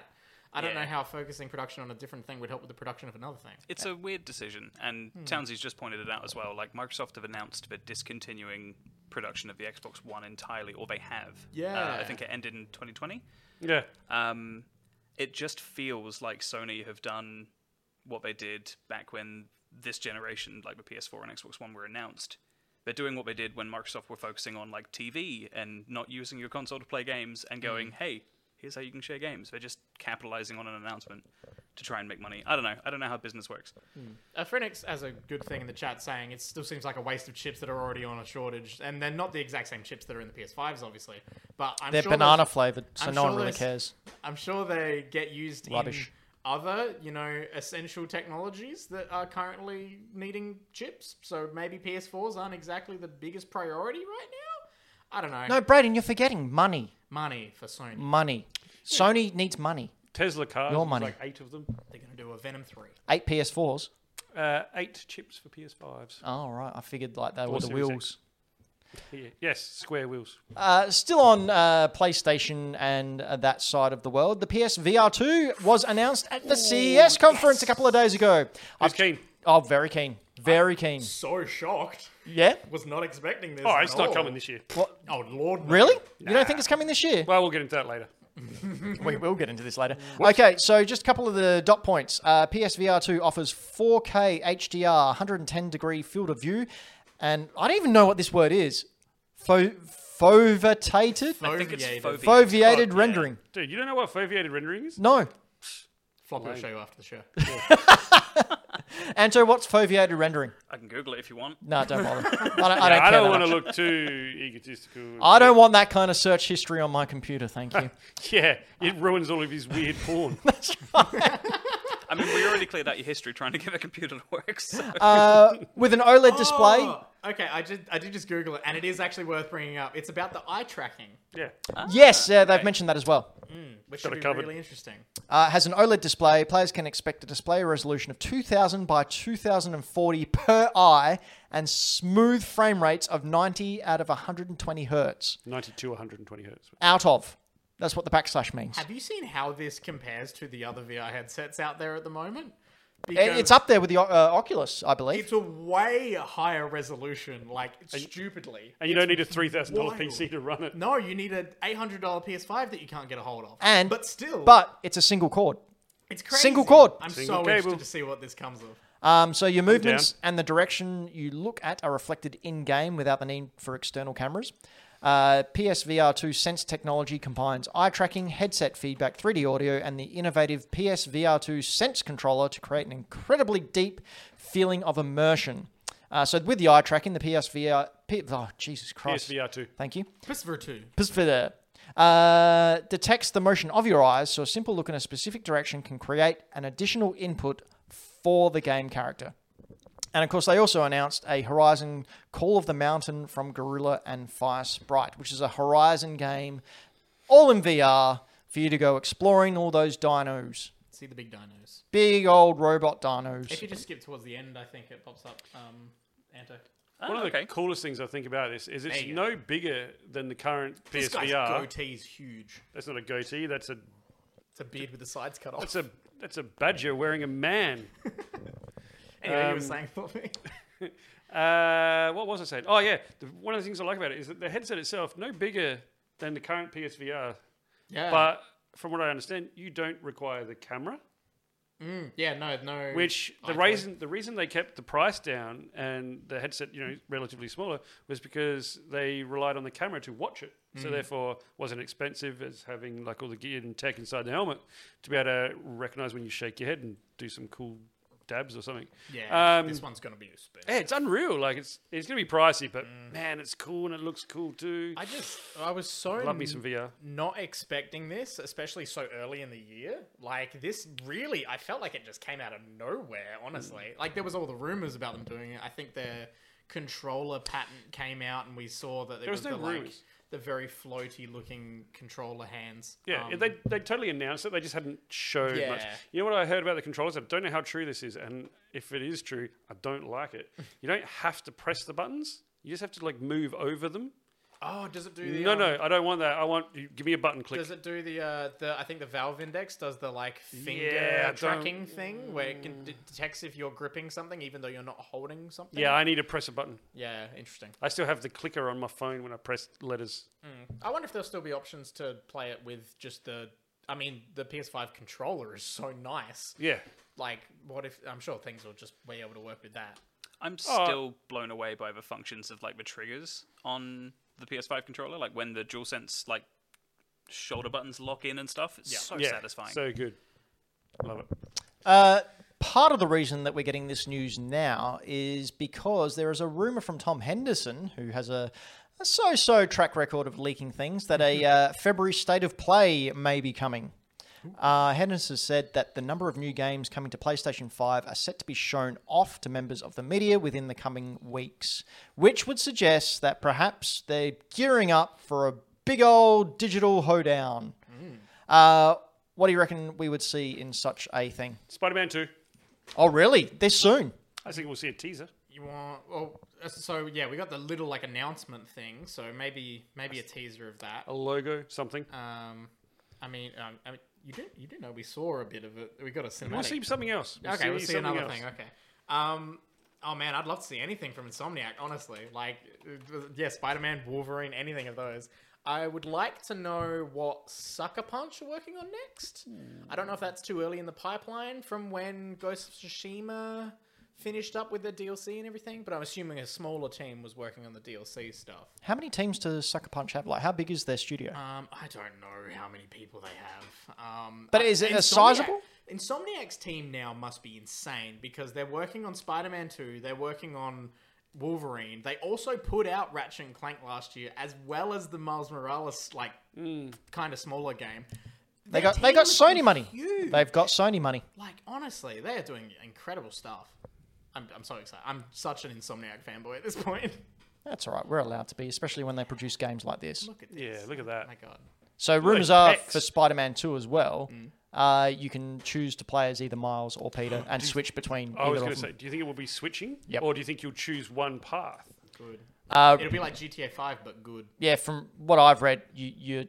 S2: I don't
S4: Yeah.
S2: know how focusing production on a different thing would help with the production of another thing.
S4: It's a weird decision, and Townsley's just pointed it out as well. Like Microsoft have announced they're discontinuing production of the Xbox One entirely, or they have. Uh, I
S2: Yeah.
S4: think it ended in 2020.
S3: Yeah.
S4: Um, it just feels like Sony have done what they did back when this generation, like the PS4 and Xbox One, were announced. They're doing what they did when Microsoft were focusing on like TV and not using your console to play games and going, hey, here's how you can share games. They're just capitalizing on an announcement to try and make money. I don't know. I don't know how business works.
S2: Uh, Phoenix has a good thing in the chat saying it still seems like a waste of chips that are already on a shortage, and they're not the exact same chips that are in the PS5s, obviously. But I'm
S1: they're
S2: sure
S1: banana
S2: those-
S1: flavored, so
S2: I'm
S1: no
S2: sure
S1: one really
S2: those-
S1: cares.
S2: I'm sure they get used
S1: Rubbish.
S2: in other, you know, essential technologies that are currently needing chips. So maybe PS4s aren't exactly the biggest priority right now. I don't know.
S1: No, Braden, you're forgetting money.
S2: Money for Sony.
S1: Money. Sony needs money.
S3: Tesla cars.
S1: Your
S3: there's
S1: money.
S3: Like eight of them.
S2: They're going to do a Venom 3.
S1: Eight PS4s.
S3: Uh, eight chips for PS5s.
S1: Oh, right. I figured like they were the
S3: Series X.
S1: wheels.
S3: Yeah. Yes, square wheels.
S1: Uh, still on uh, PlayStation and uh, that side of the world, the PSVR2 was announced at the CES conference a couple of days ago.
S3: Who's
S1: I've,
S3: keen?
S1: oh, very keen. Very keen.
S2: So shocked.
S1: Yeah?
S2: Was not expecting this.
S3: Oh,
S2: at
S3: it's not
S2: all.
S3: coming this year.
S2: Oh, Lord. no.
S1: Really? You don't think it's coming this year?
S3: Well, we'll get into that later.
S1: we will get into this later. Okay, so just a couple of the dot points. Uh, PSVR2 offers 4K HDR, 110 degree field of view, and I don't even know what this word is. Fo- Fovatated?
S4: I think it's
S2: Foveated.
S4: foveated.
S1: Foveated
S4: Fuck, yeah.
S1: rendering.
S3: Dude, you don't know what foveated rendering is?
S1: No.
S2: Floppy will show you after the show.
S1: Anto, what's foveated rendering?
S4: I can Google it if you want.
S1: No, don't bother. I don't, I don't
S3: I
S1: care
S3: don't
S1: that
S3: want to
S1: much.
S3: look too egotistical.
S1: I don't want that kind of search history on my computer, thank you.
S3: Yeah, it ruins all of his weird porn.
S4: I mean, we already cleared out your history trying to get a computer to work. So.
S1: Uh, with an OLED display,
S2: Oh, okay, I just I did just Google it, and it is actually worth bringing up. It's about the eye tracking,
S3: yeah.
S2: Ah.
S1: yes, uh, they've mentioned that as well.
S2: which
S3: Got
S2: should
S3: it
S2: be
S3: covered.
S2: really interesting.
S1: Uh, has an OLED display. Players can expect a display resolution of 2000 by 2040 per eye and smooth frame rates of 90 out of 120 hertz.
S3: 92, 120 hertz.
S1: Out of. That's what the backslash means.
S2: Have you seen how this compares to the other VR headsets out there at the moment?
S1: It- It's up there with the O- uh, Oculus, I believe.
S2: It's a way higher resolution, like stupidly.
S3: And you don't need a $3,000
S2: wild.
S3: PC to run it.
S2: No, you need an eight hundred dollar PS5 that you can't get a hold of.
S1: And
S2: but still,
S1: But it's a single cord.
S2: it's crazy.
S1: single cord.
S2: I'm
S3: Single
S2: so
S3: cable.
S2: interested to see what this comes of.
S1: Um, so your movements and the direction you look at are reflected in game without the need for external cameras. Uh, PSVR2 Sense technology combines eye tracking, headset feedback, 3D audio, and the innovative PSVR2 Sense controller to create an incredibly deep feeling of immersion. Uh, so with the eye tracking, the PSVR, P, oh Jesus Christ,
S3: PSVR 2.
S1: thank you.
S2: Christopher two.
S1: Pisvida. Uh, detects the motion of your eyes, so a simple look in a specific direction can create an additional input for the game character. And of course, they also announced a Horizon Call of the Mountain from Gorilla and Fire Sprite, which is a Horizon game, all in VR, for you to go exploring all those dinos.
S2: See the big dinos.
S1: Big old robot dinos.
S2: If you just skip towards the end, I think it pops up. Um, Anto.
S3: One of the
S4: Ah, okay.
S3: coolest things I think about this is it's
S2: you
S3: no bigger than the current
S2: This guy's
S3: PSVR.
S2: goatee's huge.
S3: That's not a goatee. That's a
S2: It's a beard with the sides cut off.
S3: that's a that's a badger wearing a man.
S2: Anyway, you
S3: um,
S2: were saying for me.
S3: Uh, what was I saying? Oh yeah, the, one of the things I like about it is that the headset itself no bigger than the current PSVR,
S2: Yeah.
S3: but from what I understand, you don't require the camera.
S2: Mm, yeah, no, no.
S3: Which the
S2: iPhone.
S3: reason the reason they kept the price down and the headset you know relatively smaller was because they relied on the camera to watch it. So
S2: Mm.
S3: therefore, wasn't expensive as having like all the gear and tech inside the helmet to be able to recognize when you shake your head and do some cool stabs or something.
S2: Yeah,
S3: Um,
S2: this one's gonna be a spin.
S3: Yeah, it's unreal. Like it's it's gonna be pricey, but man, it's cool and it looks cool
S2: Mm.
S3: too.
S2: I just, I was so
S3: Love me some VR.
S2: not expecting this, especially so early in the year. Like this, really, I felt like it just came out of nowhere. Honestly,
S3: Mm.
S2: like there was all the rumors about them doing it. I think their controller patent came out, and we saw that there
S3: was
S2: was,
S3: no
S2: the, like,
S3: rumors.
S2: the very floaty looking controller hands.
S3: Yeah,
S2: Um,
S3: they they totally announced it. They just hadn't showed much.
S2: Yeah.
S3: You know what I heard about the controllers? I don't know how true this is, and if it is true, I don't like it. You don't have to press the buttons. You just have to like move over them.
S2: oh, does it do the?
S3: No,
S2: um,
S3: no, I don't want that. I want you give me a button click.
S2: Does it do the uh, the? I think the Valve Index does the like finger
S3: Yeah, I don't- Mm.
S2: tracking thing where it can d- detects if you're gripping something even though you're not holding something.
S3: Yeah, I need to press a button.
S2: yeah, interesting.
S3: I still have the clicker on my phone when I press letters.
S2: I wonder if there'll still be options to play it with just the. I mean, the PS5 controller is so nice.
S3: Yeah,
S2: Like, what if? I'm sure things will just be able to work with that.
S4: I'm still blown away by the functions of like the triggers on the PS5 controller. Like when the DualSense like shoulder buttons lock in and stuff. It's so
S3: yeah,
S4: satisfying.
S3: So good. Love it.
S1: Uh, part of the reason that we're getting this news now is because there is a rumor from Tom Henderson, who has a, a so-so track record of leaking things, that a uh, February State of Play may be coming. Uh, Henderson said that the number of new games coming to PlayStation 5 are set to be shown off to members of the media within the coming weeks, which would suggest that perhaps they're gearing up for a big old digital hoedown. Uh, what do you reckon we would see in such a thing?
S3: Spider Man Two.
S1: Oh, really? This soon?
S3: I think we'll see a teaser.
S2: You want? Well, uh, so yeah, we got the little like announcement thing. So maybe maybe a teaser of that.
S3: a logo, something.
S2: Um, I mean, um, I mean, you do you do know we saw a bit of it. We got a cinematic.
S3: we'll see something else. We'll
S2: okay, we'll see
S3: something
S2: another
S3: else.
S2: thing. Okay. Um. Oh man, I'd love to see anything from Insomniac. Honestly, like, uh, yeah, Spider-Man, Wolverine, anything of those. I would like to know what Sucker Punch are working on next. I don't know if that's too early in the pipeline from when Ghost of Tsushima finished up with the DLC and everything, but I'm assuming a smaller team was working on the DLC stuff.
S1: How many teams does Sucker Punch have? Like, how big is their studio?
S3: Uh,
S2: Um, I don't know how many people they have. Um,
S1: But
S2: I-
S1: is it a
S2: Insomniac-
S1: sizable-
S2: Insomniac's team now must be insane because they're working on Spider-Man Two. They're working on Wolverine. They also put out Ratchet and Clank last year, as well as the Miles Morales like kind of smaller game.
S1: Hmm. they got they got Sony money.
S2: Huge.
S1: They've got Sony money.
S2: Like honestly, they are doing incredible stuff. I'm, I'm so excited. I'm such an Insomniac fanboy at this point.
S1: That's all right. We're allowed to be, especially when they produce games like this.
S2: Look at this. Oh
S3: Yeah, look at that.
S2: My God.
S1: So rumors are
S3: X. Mm.
S1: for Spider-Man 2 as well. Uh, you can choose to play as either Miles or Peter and switch between
S3: I was
S1: either
S3: going
S1: of
S3: to
S1: them.
S3: say, do you think it will be switching,
S1: Yep.
S3: or do you think you'll choose one path?
S2: Good.
S1: Uh,
S2: It'll be like GTA Five, but good.
S1: yeah, from what I've read, you you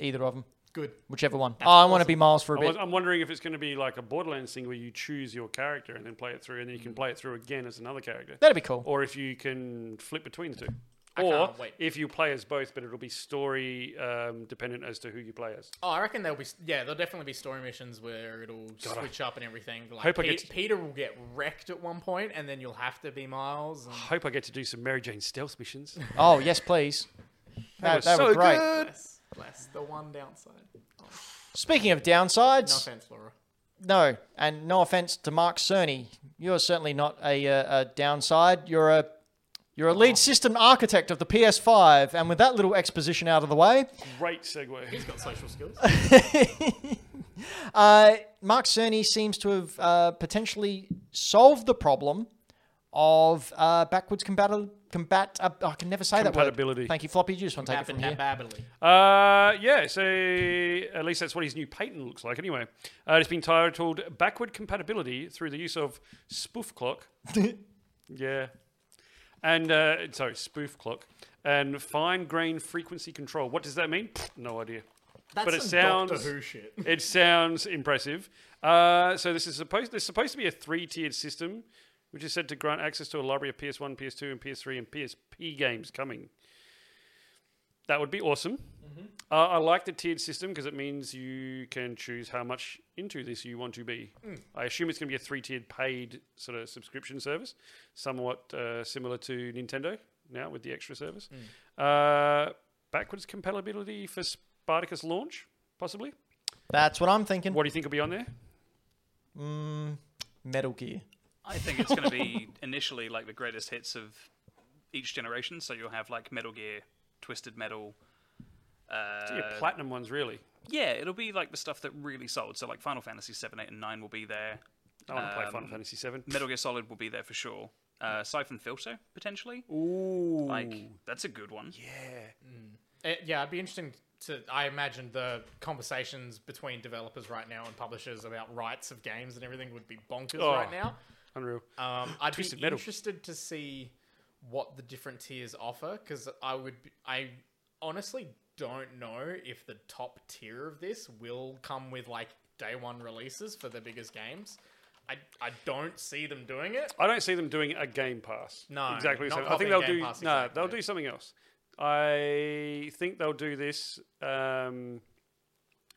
S1: either of them,
S2: Good.
S1: whichever one. oh, I want to be Miles for a
S3: I
S1: bit.
S3: was, I'm wondering if it's going to be like a Borderlands thing where you choose your character and then play it through, and then you can
S1: Mm.
S3: play it through again as another character,
S1: That'd be cool.
S3: or if you can flip between the two,
S2: I
S3: or
S2: can't wait.
S3: if you play as both, but it'll be story um, dependent as to who you play as.
S2: Oh, I reckon there'll be yeah, there'll definitely be story missions where it'll switch up and everything. Like
S3: Hope I
S2: Pe-
S3: get to-
S2: Peter will get wrecked at one point, and then you'll have to be Miles. And...
S3: I hope I get to do some Mary Jane stealth missions.
S1: Oh yes, please. That,
S3: was
S1: that
S3: so
S1: would be great.
S3: good.
S2: Bless, bless the one downside.
S1: Speaking of
S2: No
S1: downsides,
S2: offense, Laura.
S1: No, and no offense to Mark Cerny, you're certainly not a, uh, a downside. You're a you're a
S3: Oh.
S1: lead system architect of the PS5, and with that little exposition out of the way,
S3: Great segue.
S2: He's got social skills.
S1: uh, Mark Cerny seems to have uh, potentially solved the problem of uh, backwards combat combat. Uh, I can never say that word.
S3: Compatibility.
S1: Thank you, floppy. You just want to take it
S2: Happen
S1: from here.
S2: babbly.
S3: Uh, yeah, so at least that's what his new patent looks like. Anyway, uh, it's been titled "Backward Compatibility through the use of Spoof Clock." yeah, and uh, sorry, Spoof Clock and fine grain frequency control. What does that mean? No idea.
S2: That's
S3: But it
S2: some
S3: sounds-
S2: Doctor Who shit.
S3: It sounds impressive. Uh, so this is supposed there's supposed to be a three-tiered system, which is said to grant access to a library of PS1, PS2, and PS3 and PSP games coming. That would be awesome. Uh, I like the tiered system because it means you can choose how much into this you want to be. I assume it's going to be a three-tiered paid sort of subscription service, somewhat uh, similar to Nintendo now with the extra service. Uh, backwards compatibility for Spartacus launch, possibly.
S1: That's what I'm thinking. Mm,
S3: What do you think will be on there?
S1: Metal Gear.
S4: I think it's going to be initially like the greatest hits of each generation. So you'll have like Metal Gear, Twisted Metal. Uh,
S3: yeah, platinum ones, really.
S4: yeah, it'll be like the stuff that really sold. So like Final Fantasy 7, 8, and 9 will be there.
S3: I want to play Final
S4: um,
S3: Fantasy Seven.
S4: Metal Gear Solid will be there for sure. Uh, Siphon Filter potentially.
S3: Ooh,
S4: Like that's a good one.
S2: Uh, yeah, it'd be interesting to. I imagine the conversations between developers right now and publishers about rights of games and everything would be bonkers
S3: Oh.
S2: right now.
S3: unreal.
S2: Um, I'd
S3: Twisted
S2: be
S3: Metal.
S2: interested to see what the different tiers offer because I would. be- I honestly don't know if the top tier of this will come with like day one releases for the biggest games. I, I don't see them doing it.
S3: I don't see them doing a Game Pass.
S2: No,
S3: exactly. the
S2: not
S3: same. I think
S2: copying
S3: they'll
S2: Game
S3: do.
S2: Pass,
S3: No,
S2: exactly.
S3: they'll do something else. I think they'll do this um,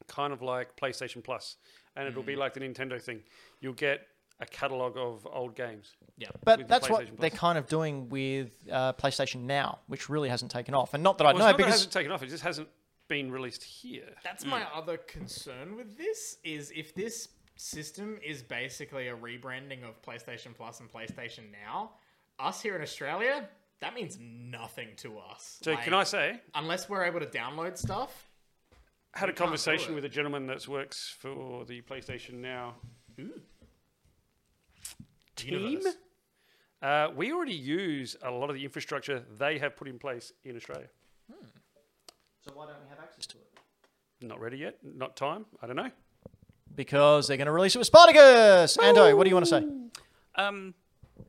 S3: kind of like PlayStation Plus, and it'll
S2: Mm.
S3: be like the Nintendo thing. You'll get a catalog of old games.
S1: But
S3: With the
S1: that's what
S3: PlayStation
S1: they're
S3: Plus.
S1: kind of doing with uh, PlayStation Now, which really hasn't taken off. And not that I
S3: Well, no,
S1: know,
S3: it
S1: because
S3: hasn't taken off. It just hasn't been released here.
S2: That's my
S3: Mm.
S2: other concern with this is if this system is basically a rebranding of PlayStation Plus and PlayStation Now, us here in Australia, that means nothing to us.
S3: So
S2: Like,
S3: can I say?
S2: unless we're able to download stuff?
S3: I had a
S2: can't do
S3: conversation
S2: it.
S3: with a gentleman that works for the PlayStation Now team.
S2: Universe.
S3: Uh, we already use a lot of the infrastructure they have put in place in Australia.
S6: So why don't we have access to it?
S3: Not ready yet. Not time. I don't know.
S1: because they're going to release it with Spartacus. Ando, what do you want to say?
S4: Um,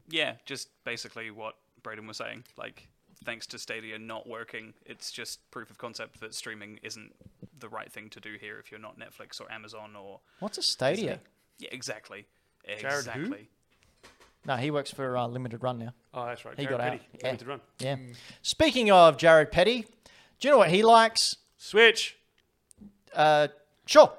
S4: yeah, just basically what Braden was saying. Like, thanks to Stadia not working, it's just proof of concept that streaming isn't the right thing to do here if you're not Netflix or Amazon or
S1: What's a Stadia?
S4: yeah, exactly,
S3: who?
S4: exactly.
S1: No, he works for uh, Limited Run now.
S3: Oh, that's right.
S1: He
S3: Jared
S1: got out.
S3: Petty,
S1: Yeah.
S3: limited run.
S6: Hmm.
S1: Yeah. Speaking of Jared Petty, do you know what he likes?
S3: Switch.
S1: Uh, sure.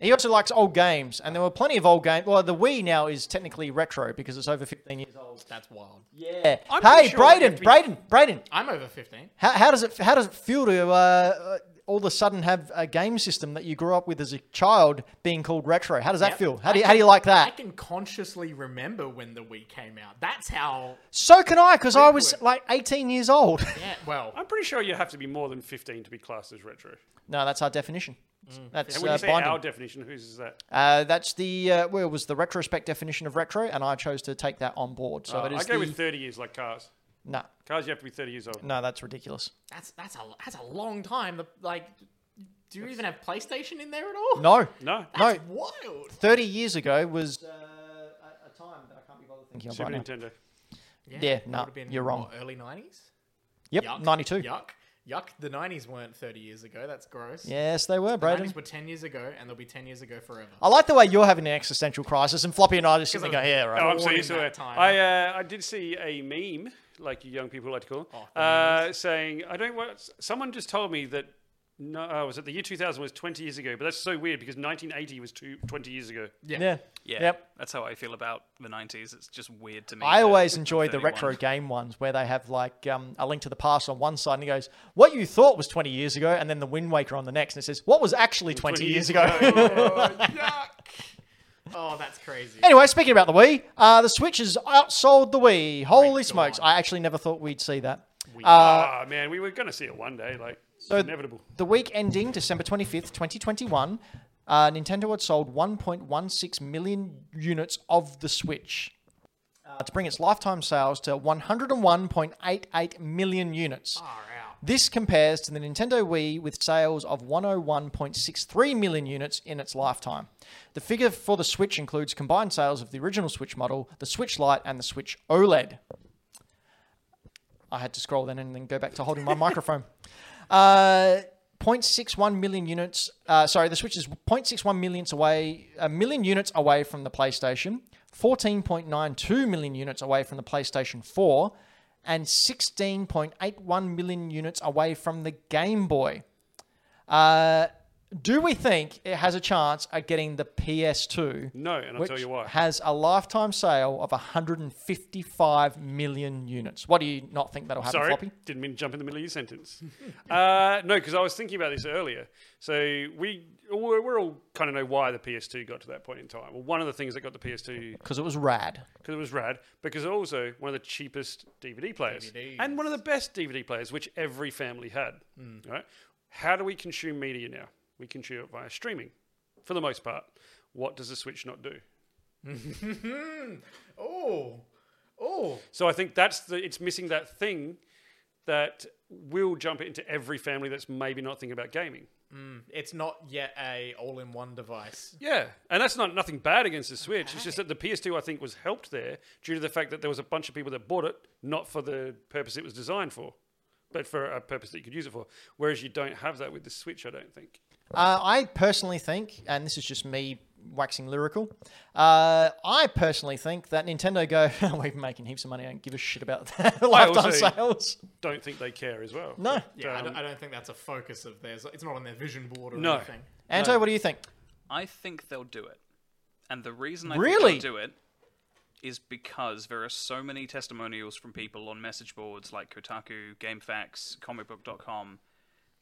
S1: He also likes old games, and there were plenty of old games. Well, the Wii now is technically retro because it's over 15 years old.
S2: Oh, That's wild.
S1: Yeah.
S3: I'm
S1: hey,
S3: pretty sure
S1: Braden,
S3: every-
S1: Braden, Braden,
S2: I'm over 15.
S1: how, how does it how does it feel to uh, uh, all of a sudden have a game system that you grew up with as a child being called retro? How does that
S2: Yep.
S1: feel? How do
S2: I
S1: you, how do you
S2: can-
S1: like
S2: I
S1: that?
S2: can consciously remember when the Wii came out. That's how.
S1: so can I, because I was
S2: Frequent.
S1: like 18 years old.
S2: Yeah, well,
S3: I'm pretty sure you have to be more than 15 to be classed as retro.
S1: no, that's our definition. That's
S3: Mm. And when
S1: uh,
S3: you say
S1: binding.
S3: our definition, whose is that?
S1: Uh, that's the uh, well, it was the retrospect definition of retro, and I chose to take that on board. So
S3: Uh,
S1: Oh, it is
S3: I go
S1: the-
S3: with 30 years, like cars.
S1: no,
S3: Cars, you have to be 30 years old.
S1: no, that's ridiculous.
S2: that's that's a that's a long time. The, like, do you even have PlayStation in there at all?
S1: No,
S3: No.
S2: that's wild.
S1: thirty years ago was
S6: Uh, a, a time that I can't be bothered thinking.
S1: thinking of
S3: Super
S1: right now.
S3: Nintendo.
S1: Yeah,
S2: that
S1: no,
S2: would've been,
S1: you're wrong.
S2: what, early nineties.
S1: Yep,
S2: Yuck.
S1: ninety-two.
S2: Yuck. Yuck. The nineties weren't thirty years ago. That's gross.
S1: Yes, they were, Braden.
S2: Nineties were ten years ago, and they'll be ten years ago forever.
S1: I like the way you're having an existential crisis, and Floppy and I just sitting
S2: I
S1: there going,
S2: was-
S1: "Yeah, right."
S3: Oh, I'm
S2: born
S3: so
S2: in
S3: used to
S2: that
S3: it.
S2: time.
S3: I, uh, I did see a meme, like you young people like to call,
S2: Oh,
S3: it, uh, saying, I don't want. Someone just told me that. No, uh, was it the year 2000 was 20 years ago? But that's so weird because 1980 was two, 20 years ago.
S1: yeah.
S4: Yeah,
S1: Yep.
S4: that's how I feel about the '90s. It's just weird to me.
S1: I
S4: that
S1: always
S4: I'm
S1: enjoy the
S4: 31.
S1: retro game ones where they have like um, a link to the past on one side and it goes, "What you thought was 20 years ago," and then the Wind Waker on the next, and it says, "What was actually 20, years ago."
S2: Oh, yuck. Oh, that's crazy.
S1: Anyway, speaking about the Wii, uh, the Switch has outsold the Wii. Holy smokes!
S2: God.
S1: I actually never thought we'd see that. Uh,
S3: oh, man, we were going to see it one day. Like, it's
S1: So-
S3: inevitable.
S1: The week ending December 25th, 2021, uh, Nintendo had sold 1.16 million units of the Switch uh, to bring its lifetime sales to 101.88 million units.
S2: Far out.
S1: This compares to the Nintendo Wii with sales of 101.63 million units in its lifetime. The figure for the Switch includes combined sales of the original Switch model, the Switch Lite, and the Switch OLED. I had to scroll then and then go back to holding my microphone. Uh, 0.61 million units. Uh, sorry, the Switch is 0.61 millions away, a million units away from the PlayStation, 14.92 million units away from the PlayStation 4, and 16.81 million units away from the Game Boy. Uh, Do we think it has a chance at getting the PS2?
S3: No, and I'll
S1: which
S3: tell you why.
S1: Has a lifetime sale of 155 million units. What do you not think that'll happen,
S3: Sorry,
S1: Floppy?
S3: didn't mean to jump in the middle of your sentence. uh, no, because I was thinking about this earlier. So we we're, we're all kind of know why the PS2 got to that point in time. Well, one of the things that got the PS2
S1: Because it was rad.
S3: because it was rad, because also one of the cheapest DVD players and one of the best DVD players, which every family had. Right? How do we consume media now? We consume it via streaming, for the most part. What does the Switch not do?
S2: Oh, oh,
S3: So I think that's the it's missing that thing that will jump it into every family that's maybe not thinking about gaming.
S2: it's not yet a all-in-one device.
S3: Yeah, and that's not nothing bad against the Switch. It's just that the PS2 I think was helped there due to the fact that there was a bunch of people that bought it not for the purpose it was designed for, but for a purpose that you could use it for. Whereas you don't have that with the Switch, I don't think.
S1: Uh, I personally think, and this is just me waxing lyrical, uh, I personally think that Nintendo go, we're making heaps of money, I don't give a shit about that. lifetime
S3: also-
S1: sales.
S3: Don't think they care as well.
S1: No.
S2: Yeah, I
S3: Um,
S2: don't, I don't think that's a focus of theirs. It's not on their vision board or
S3: No.
S2: anything.
S1: Anto, what do you think?
S4: I think they'll do it. And the reason I
S1: Really?
S4: think they'll do it is because there are so many testimonials from people on message boards like Kotaku, GameFAQs, comicbook.com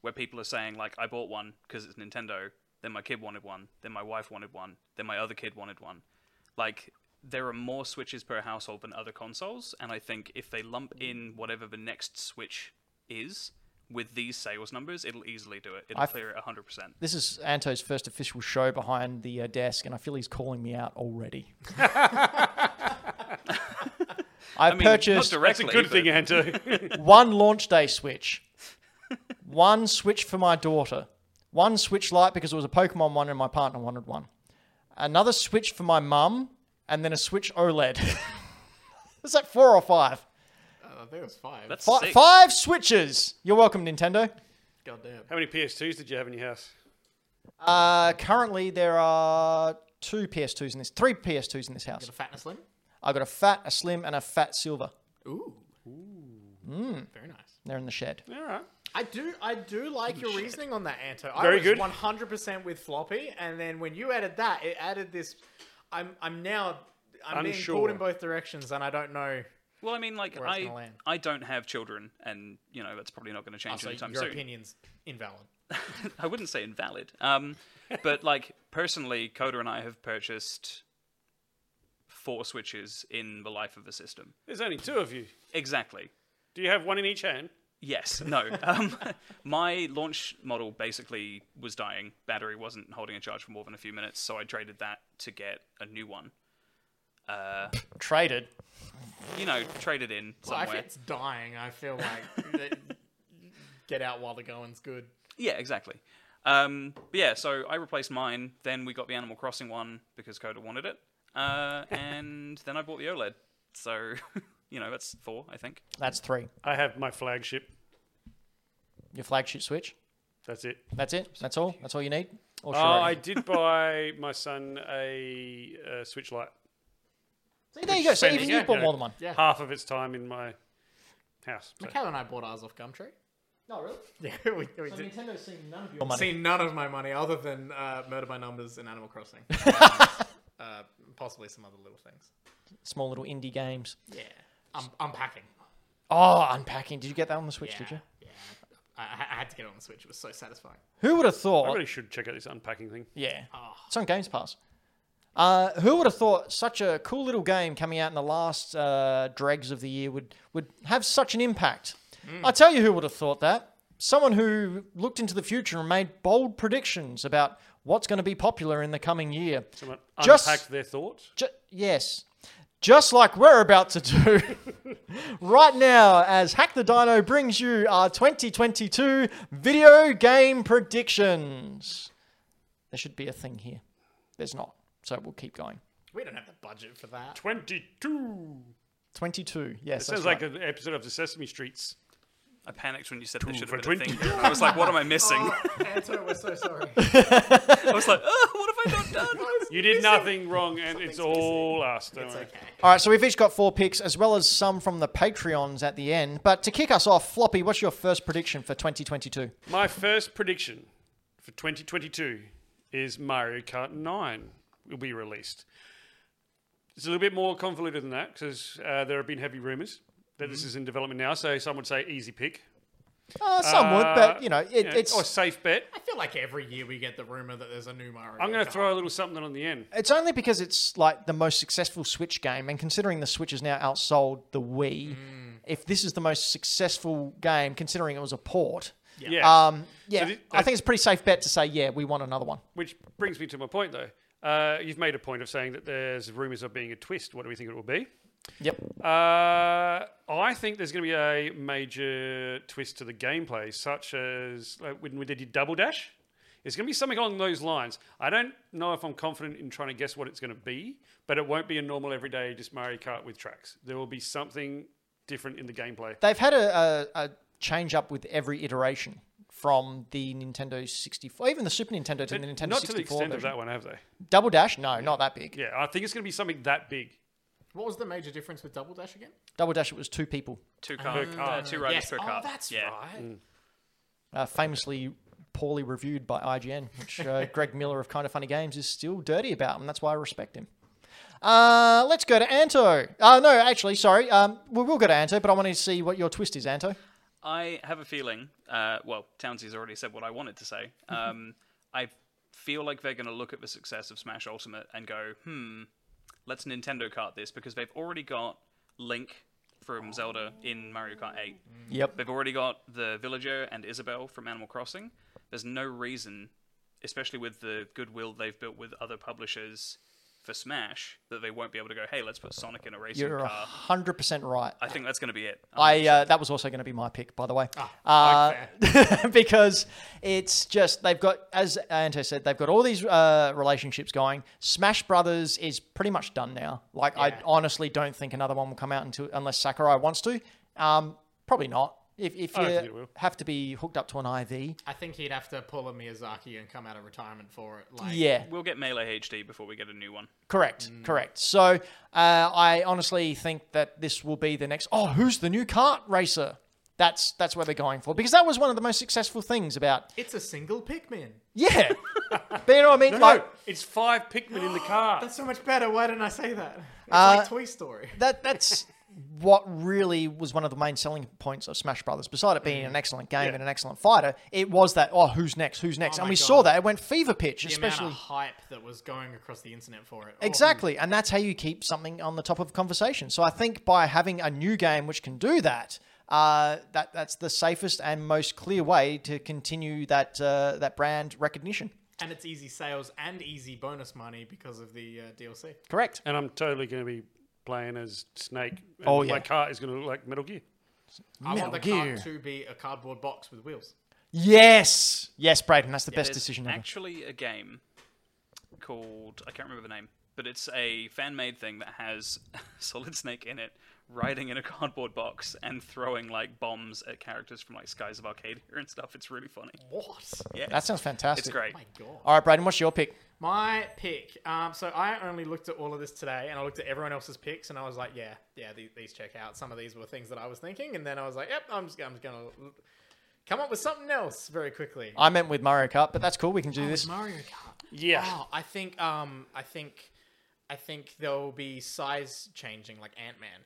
S4: where people are saying like I bought one because it's Nintendo, then my kid wanted one, then my wife wanted one, then my other kid wanted one. Like there are more switches per household than other consoles and I think if they lump in whatever the next switch is with these sales numbers, it'll easily do it. It'll
S1: I've-
S4: clear it 100%.
S1: This is Anto's first official show behind the uh, desk, and I feel he's calling me out already. I've
S4: mean, not
S1: purchased
S4: direct-
S3: That's a good thing, Anto.
S1: one launch day Switch, one Switch for my daughter, one Switch Lite because it was a Pokemon one and my partner wanted one, another Switch for my mum, and then a Switch E OLED. It's like four or five.
S2: Uh, I think it was five.
S4: That's
S1: Fi
S4: six.
S1: Five Switches! You're welcome, Nintendo.
S2: goddamn.
S3: How many PS2s did you have in your house?
S1: Uh, currently, there are two PS2s in this, three PS2s in this house.
S2: The fatness limb.
S1: I got a fat, a slim, and a fat silver.
S2: Ooh. Ooh. Very nice.
S1: They're in the shed.
S3: All right.
S2: I do, I do like your reasoning on that, Anto. I
S3: Very
S2: was
S3: good.
S2: 100% with floppy, and then when you added that, it added this. I'm, I'm now, I'm being
S3: Unsure.
S2: pulled in both directions, and I don't know.
S4: Well, I mean, like
S2: it's
S4: I,
S2: gonna land.
S4: I don't have children, and you know that's probably not going to change
S2: So
S4: anytime
S2: your
S4: soon.
S2: opinion's invalid.
S4: I wouldn't say invalid, um, but like personally, Coda and I have purchased four switches in the life of the system.
S3: There's only two of you.
S4: Exactly.
S3: Do you have one in each hand?
S4: Yes. No. Um, my launch model basically was dying. Battery wasn't holding a charge for more than a few minutes, so I traded that to get a new one. Uh,
S1: Traded.
S4: you know, traded in
S2: Well, if
S4: somewhere.
S2: it's dying, I feel like that- get out while the going's good.
S4: Yeah, exactly. Um, but yeah, so I replaced mine. Then we got the Animal Crossing one because Coda wanted it, uh, and then I bought the OLED. So you know that's four, I think.
S1: That's three.
S3: I have my flagship.
S1: Your flagship Switch.
S3: That's it.
S1: That's it. That's all. That's all you need. Or
S3: Oh,
S1: should Uh, I-
S3: I did buy my son a, uh Switch Lite.
S1: See, there you go. So
S3: Spending
S1: even you
S3: it,
S1: bought
S3: yeah.
S1: more than one.
S2: Yeah.
S3: Half of its time in my house. so-
S2: Cal and I bought ours off Gumtree.
S1: No, really.
S2: Yeah, we, we did.
S1: Nintendo's seen none of your money.
S2: Seen none of my money other than uh, Murder by Numbers and Animal Crossing. uh, possibly some other little things.
S1: Small little indie games.
S2: Yeah. Um, unpacking.
S1: Oh, unpacking. Did you get that on the Switch?
S2: Yeah.
S1: Did you?
S2: Yeah. I, I- I had to get it on the Switch. It was so satisfying.
S1: Who would have thought?
S3: I really should check out this unpacking thing.
S1: Yeah. It's on Games Pass. Uh, who would have thought such a cool little game coming out in the last uh, dregs of the year would, would have such an impact? I tell you who would have thought that. Someone who looked into the future and made bold predictions about what's going to be popular in the coming year.
S3: Someone
S1: Just-
S3: unpacked their thoughts.
S1: Ju- yes. Just like we're about to do right now, as Hack the Dino brings you our 2022 video game predictions. There should be a thing here. There's not. So we'll keep going.
S2: We don't have the budget for that.
S3: 22.
S1: 22. Yes.
S3: Sounds
S1: that's
S3: like
S1: right.
S3: an episode of the Sesame Streets.
S4: I panicked when you said there should
S3: for
S4: have been a
S3: 20.
S4: thing. I was like, what am I missing?
S2: Anto, we're so sorry.
S4: I was like, oh, what have I not done?
S3: You did nothing wrong, and it's all us. Don't worry.
S2: okay.
S1: All right. So we've each got four picks, as well as some from the Patreons at the end. But to kick us off, Floppy, what's your first prediction for 2022?
S3: My first prediction for 2022 is Mario Kart 9 will be released. It's a little bit more convoluted than that because uh, there have been heavy rumors that this
S1: Mm-hmm.
S3: is in development now. So some would say easy pick.
S1: Uh, some would, but you know, it,
S3: Yeah,
S1: it's
S3: or safe bet.
S2: I feel like every year we get the rumor that there's a new Mario.
S3: I'm going to
S2: Kart.
S3: throw a little something on the end.
S1: it's only because it's like the most successful Switch game, and considering the Switch has now outsold the Wii,
S3: Mm.
S1: if this is the most successful game, considering it was a port,
S3: Yes.
S1: um, yeah,
S3: thi-
S1: I think it's a pretty safe bet to say, yeah, we want another one.
S3: Which brings me to my point, though. Uh, you've made a point of saying that there's rumors of being a twist. What do we think it will be?
S1: Yep.
S3: Uh, I think there's going to be a major twist to the gameplay, such as like when we did Double Dash. It's going to be something along those lines. I don't know if I'm confident in trying to guess what it's going to be, but it won't be a normal everyday just Mario Kart with tracks. There will be something different in the gameplay.
S1: They've had a, a, a change up with every iteration from the Nintendo 64, even the Super Nintendo to the Nintendo
S3: Not to the
S1: 64.
S3: extent of
S1: version.
S3: that one, have they?
S1: Double Dash? No, not that big.
S3: Yeah, I think it's going to be something that big.
S2: What was the major difference with Double Dash again?
S1: Double Dash, it was two people,
S4: Two cars, uh,
S3: cart.
S4: two riders
S2: yes.
S4: per
S2: Oh,
S4: car.
S2: that's
S4: yeah.
S2: right.
S1: uh, famously poorly reviewed by IGN, which uh, Greg Miller of Kind of Funny Games is still dirty about, and that's why I respect him. Uh, let's go to Anto. Uh, no, actually, sorry. Um, we will go to Anto, but I want to see what your twist is, Anto.
S4: I have a feeling. Uh, well, Townsie's already said what I wanted to say. Um, I feel like they're going to look at the success of Smash Ultimate and go, hmm, let's Nintendo Kart this because they've already got Link from Zelda in Mario Kart 8.
S1: Yep.
S4: They've already got the villager and Isabel from Animal Crossing. There's no reason, especially with the goodwill they've built with other publishers for Smash, that they won't be able to go, hey, let's put Sonic in a racing
S1: You're
S4: car.
S1: 100% right.
S4: I think that's going to be it.
S1: I uh, that was also going to be my pick, by the way,
S3: Ah,
S1: uh, because it's just they've got, as Anto said, they've got all these uh, relationships going. Smash Brothers is pretty much done now. Like I honestly don't think another one will come out until unless Sakurai wants to. Um, probably not. If, if
S3: I don't think it
S1: you
S3: will.
S1: have to be hooked up to an IV,
S2: I think he'd have to pull a Miyazaki and come out of retirement for it. Like,
S1: yeah,
S4: We'll get Melee HD before we get a new one.
S1: correct,
S3: Mm.
S1: correct. So uh, I honestly think that this will be the next. Oh, who's the new kart racer? That's that's where they're going for because that was one of the most successful things about
S2: it's a single Pikmin.
S1: Yeah. but you know what I mean?
S3: No,
S1: like
S3: it's five Pikmin in the car.
S2: That's so much better. Why didn't I say that? It's
S1: Uh,
S2: like Toy Story.
S1: that that's what really was one of the main selling points of Smash Brothers. Beside it being an excellent game and an excellent fighter, it was that, oh, who's next? Who's next? and
S2: my
S1: we
S2: God.
S1: saw that. It went fever pitch,
S2: The
S1: especially.
S2: amount of hype that was going across the internet for it. Oh,
S1: Exactly. And that's how you keep something on the top of conversation. So I think by having a new game which can do that, uh, that that's the safest and most clear way to continue that uh, that brand recognition.
S2: Oh, and it's easy sales and easy bonus money because of the uh, DLC.
S1: Correct.
S3: and I'm totally going to be playing as Snake. and
S1: Oh, yeah.
S3: My car is going to look like Metal Gear.
S2: I want
S1: Metal
S2: the
S1: Gear.
S2: cart to be a cardboard box with wheels.
S1: Yes. Yes, Braden. That's the best
S4: There's
S1: decision ever.
S4: Actually, a game called I can't remember the name, but it's a fan-made thing that has Solid Snake in it, riding in a cardboard box and throwing like bombs at characters from like Skies of Arcadia and stuff. It's really funny.
S2: What? Oh
S4: Yeah,
S1: That sounds fantastic.
S4: it's great.
S2: My God.
S1: All right, Braden, what's your pick?
S2: My pick. Um, so I only looked at all of this today, and I looked at everyone else's picks, and I was like, yeah, yeah, these, these check out. Some of these were things that I was thinking, and then I was like, yep, I'm just, I'm just gonna l- come up with something else very quickly.
S1: I meant with Mario Kart, but that's cool. We can do this.
S2: Mario Kart.
S3: Yeah.
S2: Wow, I think, um, I think, I think there'll be size changing, like Ant Man.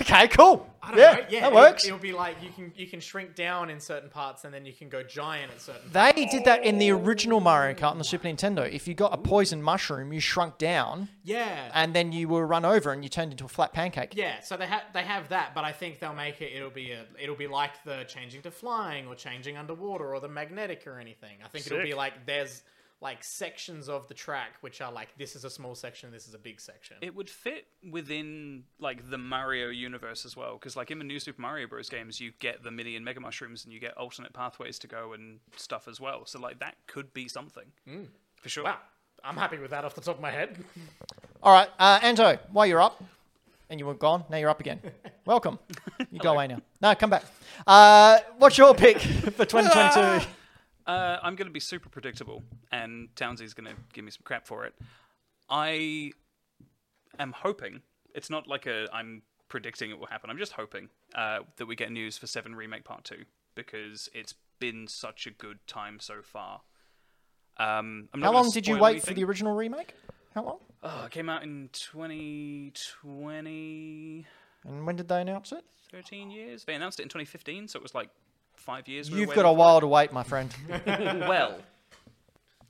S1: okay, cool.
S2: I don't
S1: yeah,
S2: know. Yeah,
S1: that
S2: it'll-
S1: works.
S2: It'll, be like you can you can shrink down in certain parts, and then you can go giant at certain. parts.
S1: They did that in the original Mario Kart on the Super Nintendo. If you got a poison mushroom, you shrunk down,
S2: Yeah.
S1: and then you were run over, and you turned into a flat pancake.
S2: Yeah, so they have they have that, but I think they'll make it. It'll be a it'll be like the changing to flying or changing underwater or the magnetic or anything. I think it'll be
S3: Sick.
S2: like there's like sections of the track which are like this is a small section, this is a big section.
S4: It would fit within like the Mario universe as well, because like in the new Super Mario Bros. games, you get the mini and Mega Mushrooms, and you get alternate pathways to go and stuff as well. So like that could be something for sure.
S2: wow, I'm happy with that off the top of my head.
S1: All right, uh, Anto, while you're up, and you were gone, now you're up again. Welcome. You go away now. No, come back. Uh, what's your pick for 2022?
S4: Uh, I'm going to be super predictable, and Townsie's going to give me some crap for it. I am hoping it's not like a I'm predicting it will happen. I'm just hoping uh, that we get news for Seven Remake Part Two because it's been such a good time so far. Um, I'm not
S1: How
S4: gonna
S1: long did you
S4: spoil
S1: wait for
S4: anything.
S1: the original remake? How long?
S4: Oh, it came out in 2020,
S1: And when did they announce it?
S4: 13 years. They announced it in 2015, so it was like five years. we were
S1: You've
S4: waiting
S1: got a
S4: for
S1: while to wait, my friend.
S4: it. Well,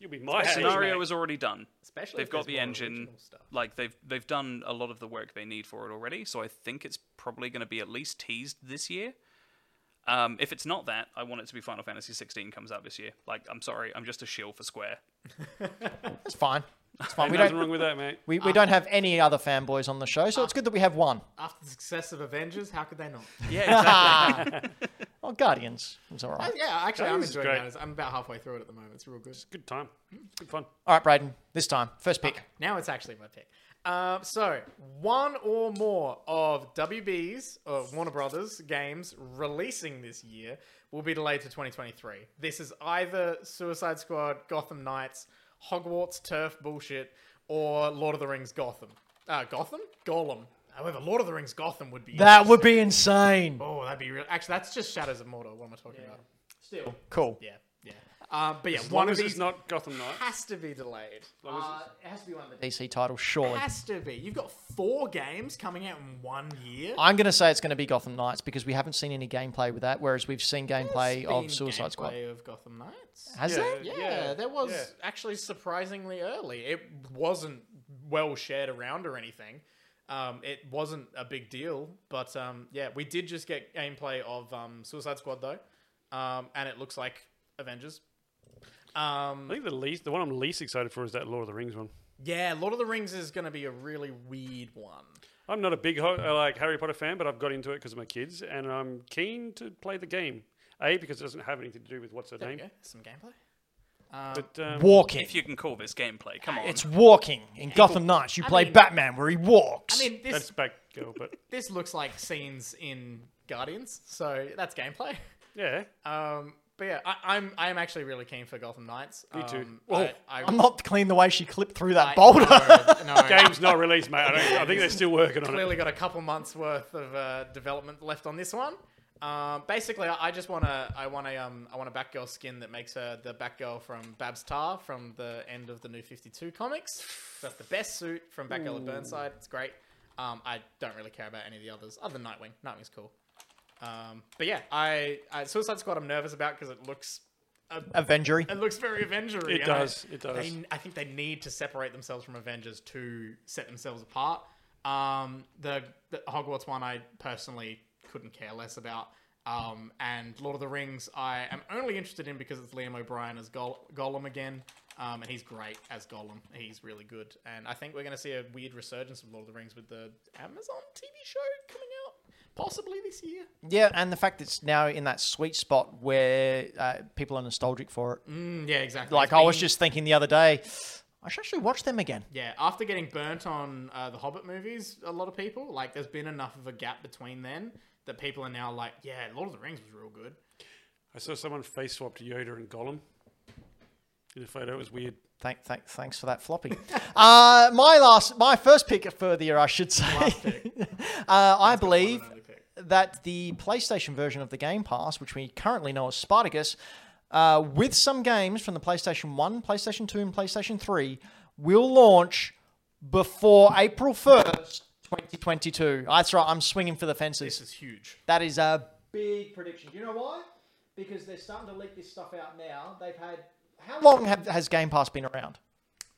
S3: You'll be my age,
S4: scenario
S3: mate.
S4: was already done.
S7: Especially
S4: They've
S7: if
S4: got
S7: there's
S4: the
S7: more
S4: engine.
S7: original stuff.
S4: Like they've they've done a lot of the work they need for it already. So I think it's probably going to be at least teased this year. Um, if it's not that, I want it to be Final Fantasy 16 comes out this year. Like I'm sorry, I'm just a shill for Square.
S1: That's fine. It's fine.
S3: Ain't
S1: We
S3: nothing
S1: don't
S3: wrong with that, mate.
S1: we,
S2: Ah.
S1: we don't have any other fanboys on the show, so it's good that we have one.
S2: After the success of Avengers, how could they not?
S4: Yeah, exactly.
S1: Well, Guardians. It's all right.
S2: yeah, actually, I'm
S3: Guardians is
S2: enjoying
S3: great.
S2: those. I'm about halfway through it at the moment. It's real good.
S3: Good time. Good fun.
S1: All right, Braden. This time, first pick.
S2: Now it's actually my pick. Um, so, one or more of WB's or Warner Brothers games releasing this year will be delayed to 2023. This is either Suicide Squad, Gotham Knights, Hogwarts turf bullshit, or Lord of the Rings Gotham. Uh, Gotham? Golem. However, Lord of the Rings Gotham would be.
S1: That would be insane.
S2: oh, that'd be real. Actually, that's just Shadows of Mordor. What am I talking about?
S6: Still,
S1: Cool.
S2: Yeah, yeah. Um, but yeah,
S3: As
S2: one
S3: long
S2: of
S3: as
S2: these
S3: it's not Gotham Knight.
S2: has to be delayed.
S6: uh, it has to be one of the.
S1: DC title, surely.
S2: Has to be. You've got four games coming out in one year.
S1: I'm going to say it's going to be Gotham Knights because we haven't seen any gameplay with that, whereas we've seen gameplay
S2: There's
S1: of
S2: been
S1: Suicide Squad.
S2: gameplay of Gotham Knights.
S1: Has
S3: Yeah.
S1: there?
S2: Yeah,
S3: Yeah,
S2: there was
S3: yeah.
S2: actually surprisingly early. It wasn't well shared around or anything. Um, it wasn't a big deal, but um, yeah, we did just get gameplay of um, Suicide Squad though, um, and it looks like Avengers. Um,
S3: I think the least, the one I'm least excited for is that Lord of the Rings one.
S2: yeah, Lord of the Rings is going to be a really weird one.
S3: I'm not a big ho- uh, like Harry Potter fan, but I've got into it because of my kids, and I'm keen to play the game. A because it doesn't have anything to do with what's her name.
S2: Yeah, some gameplay.
S3: But um,
S1: Walking.
S4: if you can call this gameplay, come on.
S1: It's walking in Gotham Knights. You play
S2: mean-
S1: Batman where he walks.
S2: I mean, this
S3: that's back girl. But
S2: this looks like scenes in Guardians, so that's gameplay.
S3: yeah,
S2: Um, but yeah, I, I'm I'm actually really keen for Gotham Knights. Me
S3: too.
S2: Um,
S3: Whoa.
S2: I, I,
S1: I'm not clean the way she clipped through that
S2: I-
S1: boulder.
S2: No, no,
S3: game's not released, mate. I, don't, I think they're still working on it.
S2: clearly got a couple months worth of uh, development left on this one. Um, basically, I I just want to I want a um I want a Batgirl skin that makes her the Batgirl from Babs Tar from the end of the New Fifty Two comics. That's the best suit from Batgirl at Burnside. It's great. Um, I don't really care about any of the others other than Nightwing. Nightwing's cool. Um, but yeah, I, I Suicide Squad I'm nervous about because it looks
S1: Avengery.
S2: it looks very Avenger.
S3: It does. It does.
S2: They, I think they need to separate themselves from Avengers to set themselves apart. Um, the, the Hogwarts one, I personally couldn't care less about. Um, and Lord of the Rings, I am only interested in because it's Liam O'Brien as Gol- Gollum again. Um, and he's great as Gollum. He's really good. And I think we're going to see a weird resurgence of Lord of the Rings with the Amazon TV show coming out possibly this year.
S1: Yeah, and the fact it's now in that sweet spot where uh, people are nostalgic for it.
S2: Mm, yeah, exactly.
S1: Like
S2: It's
S1: I was
S2: been-
S1: just thinking the other day, I should actually watch them again.
S2: Yeah, after getting burnt on uh, the Hobbit movies, a lot of people like there's been enough of a gap between then that people are now like, yeah, Lord of the Rings was real good.
S3: I saw someone face swapped Yoda and Gollum in a photo. It was weird.
S1: Thank, thank, thanks for that floppy. uh, my last, my first pick for the year, I should say. uh, I believe that the PlayStation version of the Game Pass, which we currently know as Spartacus, uh, with some games from the PlayStation 1, PlayStation 2, and PlayStation 3, will launch before April 1st, 2022. That's right, I'm swinging for the
S2: This
S1: fences.
S2: is huge.
S1: That is a.
S6: Big prediction. Do you know why? Because they're starting to leak this stuff out now. They've had. How
S1: How long have, has Game Pass been around?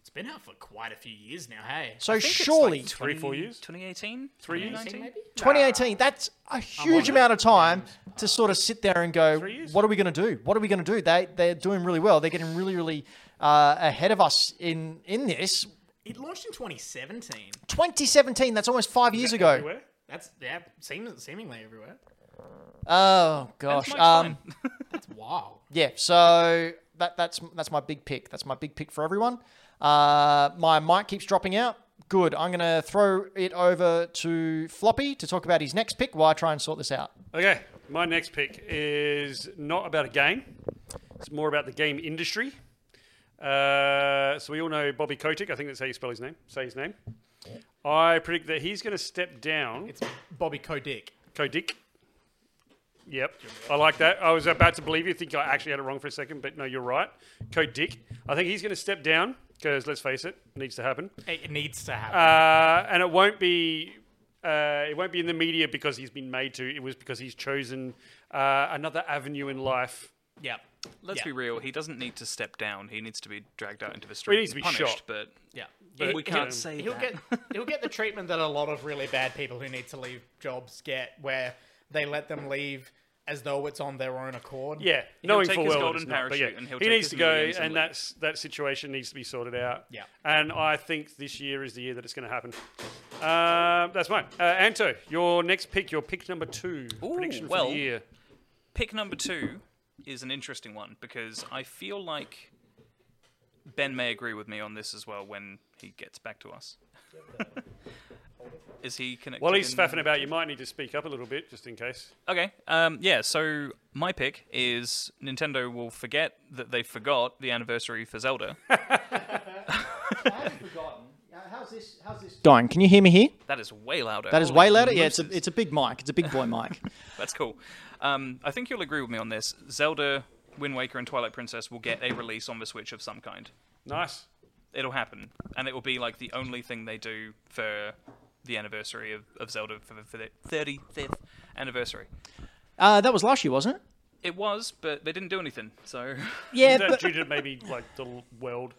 S2: It's been out for quite a few years now. Hey,
S1: So
S4: I think it's
S1: surely.
S4: like
S3: Three, four years?
S4: 2018,
S3: Three years?
S4: 2019?
S2: maybe
S1: 2018, that's a huge amount of time to sort of sit there and go,
S3: years?
S1: what are we going to do? What are we going to do? They, they're doing really well. They're getting really, really uh, ahead of us in, in this.
S2: it launched in 2017.
S1: 2017, that's almost five years ago.
S3: Everywhere?
S2: That's yeah, seem, seemingly everywhere.
S1: Oh,
S4: When's
S1: gosh.
S4: my
S1: Um,
S4: time?
S2: That's wow.
S1: yeah, so that, that's, that's my big pick. That's my big pick for everyone. Uh, my mic keeps dropping out. Good. I'm going to throw it over to Floppy to talk about his next pick while I try and sort this out.
S3: Okay, my next pick is not about a game. It's more about the game industry. Uh, so we all know Bobby Kotick. I think that's how you spell his name. Say his name. I predict that he's going to step down.
S2: It's Bobby Kotick.
S3: Kotick. Yep, I like that. I was about to believe you. Think I actually had it wrong for a second, but no, you're right. Code Dick. I think he's going to step down because let's face it, it needs to happen.
S2: It needs to happen.
S3: Uh, and it won't be uh, it won't be in the media because he's been made to. It was because he's chosen uh, another avenue in life.
S2: yep.
S4: Let's
S2: Yeah.
S4: be real. He doesn't need to step down. He needs to be dragged out into the street.
S3: Well, he needs
S4: and
S3: to be
S4: punished,
S3: shot.
S4: But
S2: Yeah.
S4: but we
S2: He-
S4: can't
S3: um,
S4: say
S2: He'll
S4: that.
S2: get he'll get the treatment that a lot of really bad people who need to leave jobs get, where they let them leave as though it's on their own accord.
S3: Yeah,
S4: He'll
S3: knowing
S4: take
S3: full
S4: his
S3: well that
S4: golden
S3: it's not, but
S4: parachute
S3: yeah,
S4: and he'll
S3: he
S4: take
S3: needs
S4: his
S3: to go,
S4: millions and
S3: and
S4: leave.
S3: that's that situation needs to be sorted out.
S2: Yeah.
S3: and I think this year is the year that it's going to happen. Um, that's mine. Uh, Anto, your next pick, your pick number two,
S4: Ooh,
S3: prediction for
S4: well.
S3: the year.
S4: pick number two is an interesting one because I feel like Ben may agree with me on this as well when he gets back to us. is he connected?
S3: While he's
S4: in-
S3: faffing about, you might need to speak up a little bit just in case.
S4: Okay. Um, yeah, so my pick is Nintendo will forget that they forgot the anniversary for Zelda.
S6: I haven't forgotten. Uh, How's this? How's this? Oh,
S1: Dying. Can you hear me here?
S4: that is way louder.
S1: That is
S4: Holy
S1: way louder. Yeah, it's a
S4: mooses.
S1: it's a big mic. It's a big boy mic.
S4: That's cool. Um, I think you'll agree with me on this. Zelda, Wind Waker, and Twilight Princess will get a release on the Switch of some kind.
S3: Nice.
S4: It'll happen, and it will be like the only thing they do for the anniversary of, of Zelda for, the- for the 35th anniversary.
S1: Uh, that was last year, wasn't it?
S4: It was, but they didn't do anything. So
S1: Yeah,
S3: Is that
S1: but
S3: due to maybe like the l- world?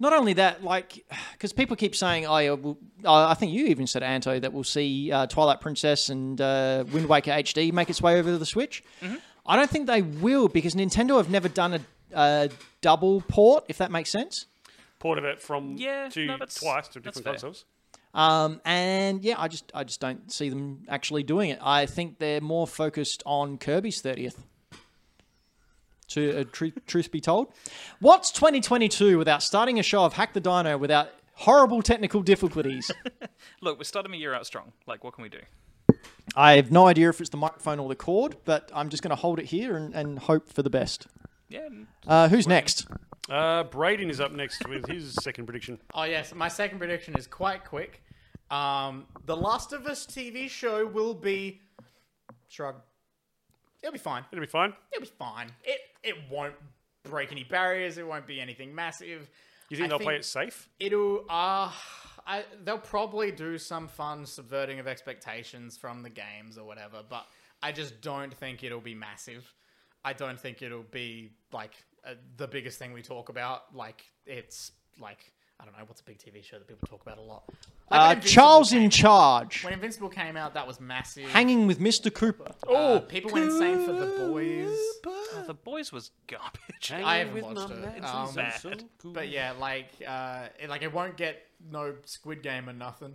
S1: not only that, like, because people keep saying, "I, uh, will- I I think you even said Anto that we'll see uh, Twilight Princess and uh, Wind Waker HD make its way over to the Switch." I don't think they will because Nintendo have never done a, a double port, if that makes sense.
S3: Port of it from
S4: Yeah,
S3: to
S4: no, that's-
S3: twice to
S4: that's
S3: different
S4: fair.
S3: consoles.
S1: Um, and yeah, I just I just don't see them actually doing it. I think they're more focused on Kirby's thirtieth. To uh, tru- truth be told, what's 2022 without starting a show of Hack the Dino without horrible technical difficulties?
S4: look, we're starting a year out strong. Like, what can we do?
S1: I have no idea if it's the microphone or the cord, but I'm just going to hold it here and, and hope for the best.
S4: Yeah,
S1: Uh, who's next?
S3: Uh, Braden is up next with his second prediction.
S2: Oh yes, my second prediction is quite quick. Um, the Last of Us TV show will be shrug. It'll be fine.
S3: It'll be fine.
S2: It'll be fine. It it won't break any barriers. It won't be anything massive.
S3: You think
S2: I
S3: they'll play
S2: think-
S3: it safe?
S2: It'll uh I, they'll probably do some fun subverting of expectations from the games or whatever, but I just don't think it'll be massive. I don't think it'll be like uh, the biggest thing we talk about. Like it's like I don't know what's a big TV show that people talk about a lot. Like, when
S1: Uh,
S2: Invincible
S1: Charles
S2: came-
S1: in charge,
S2: when Invincible came out, that was massive.
S1: hanging with Mr. Cooper.
S2: oh, people went insane for the boys.
S4: the boys was garbage.
S2: I haven't watched it. Um, But yeah, like uh, it, like it won't get no Squid Game or nothing.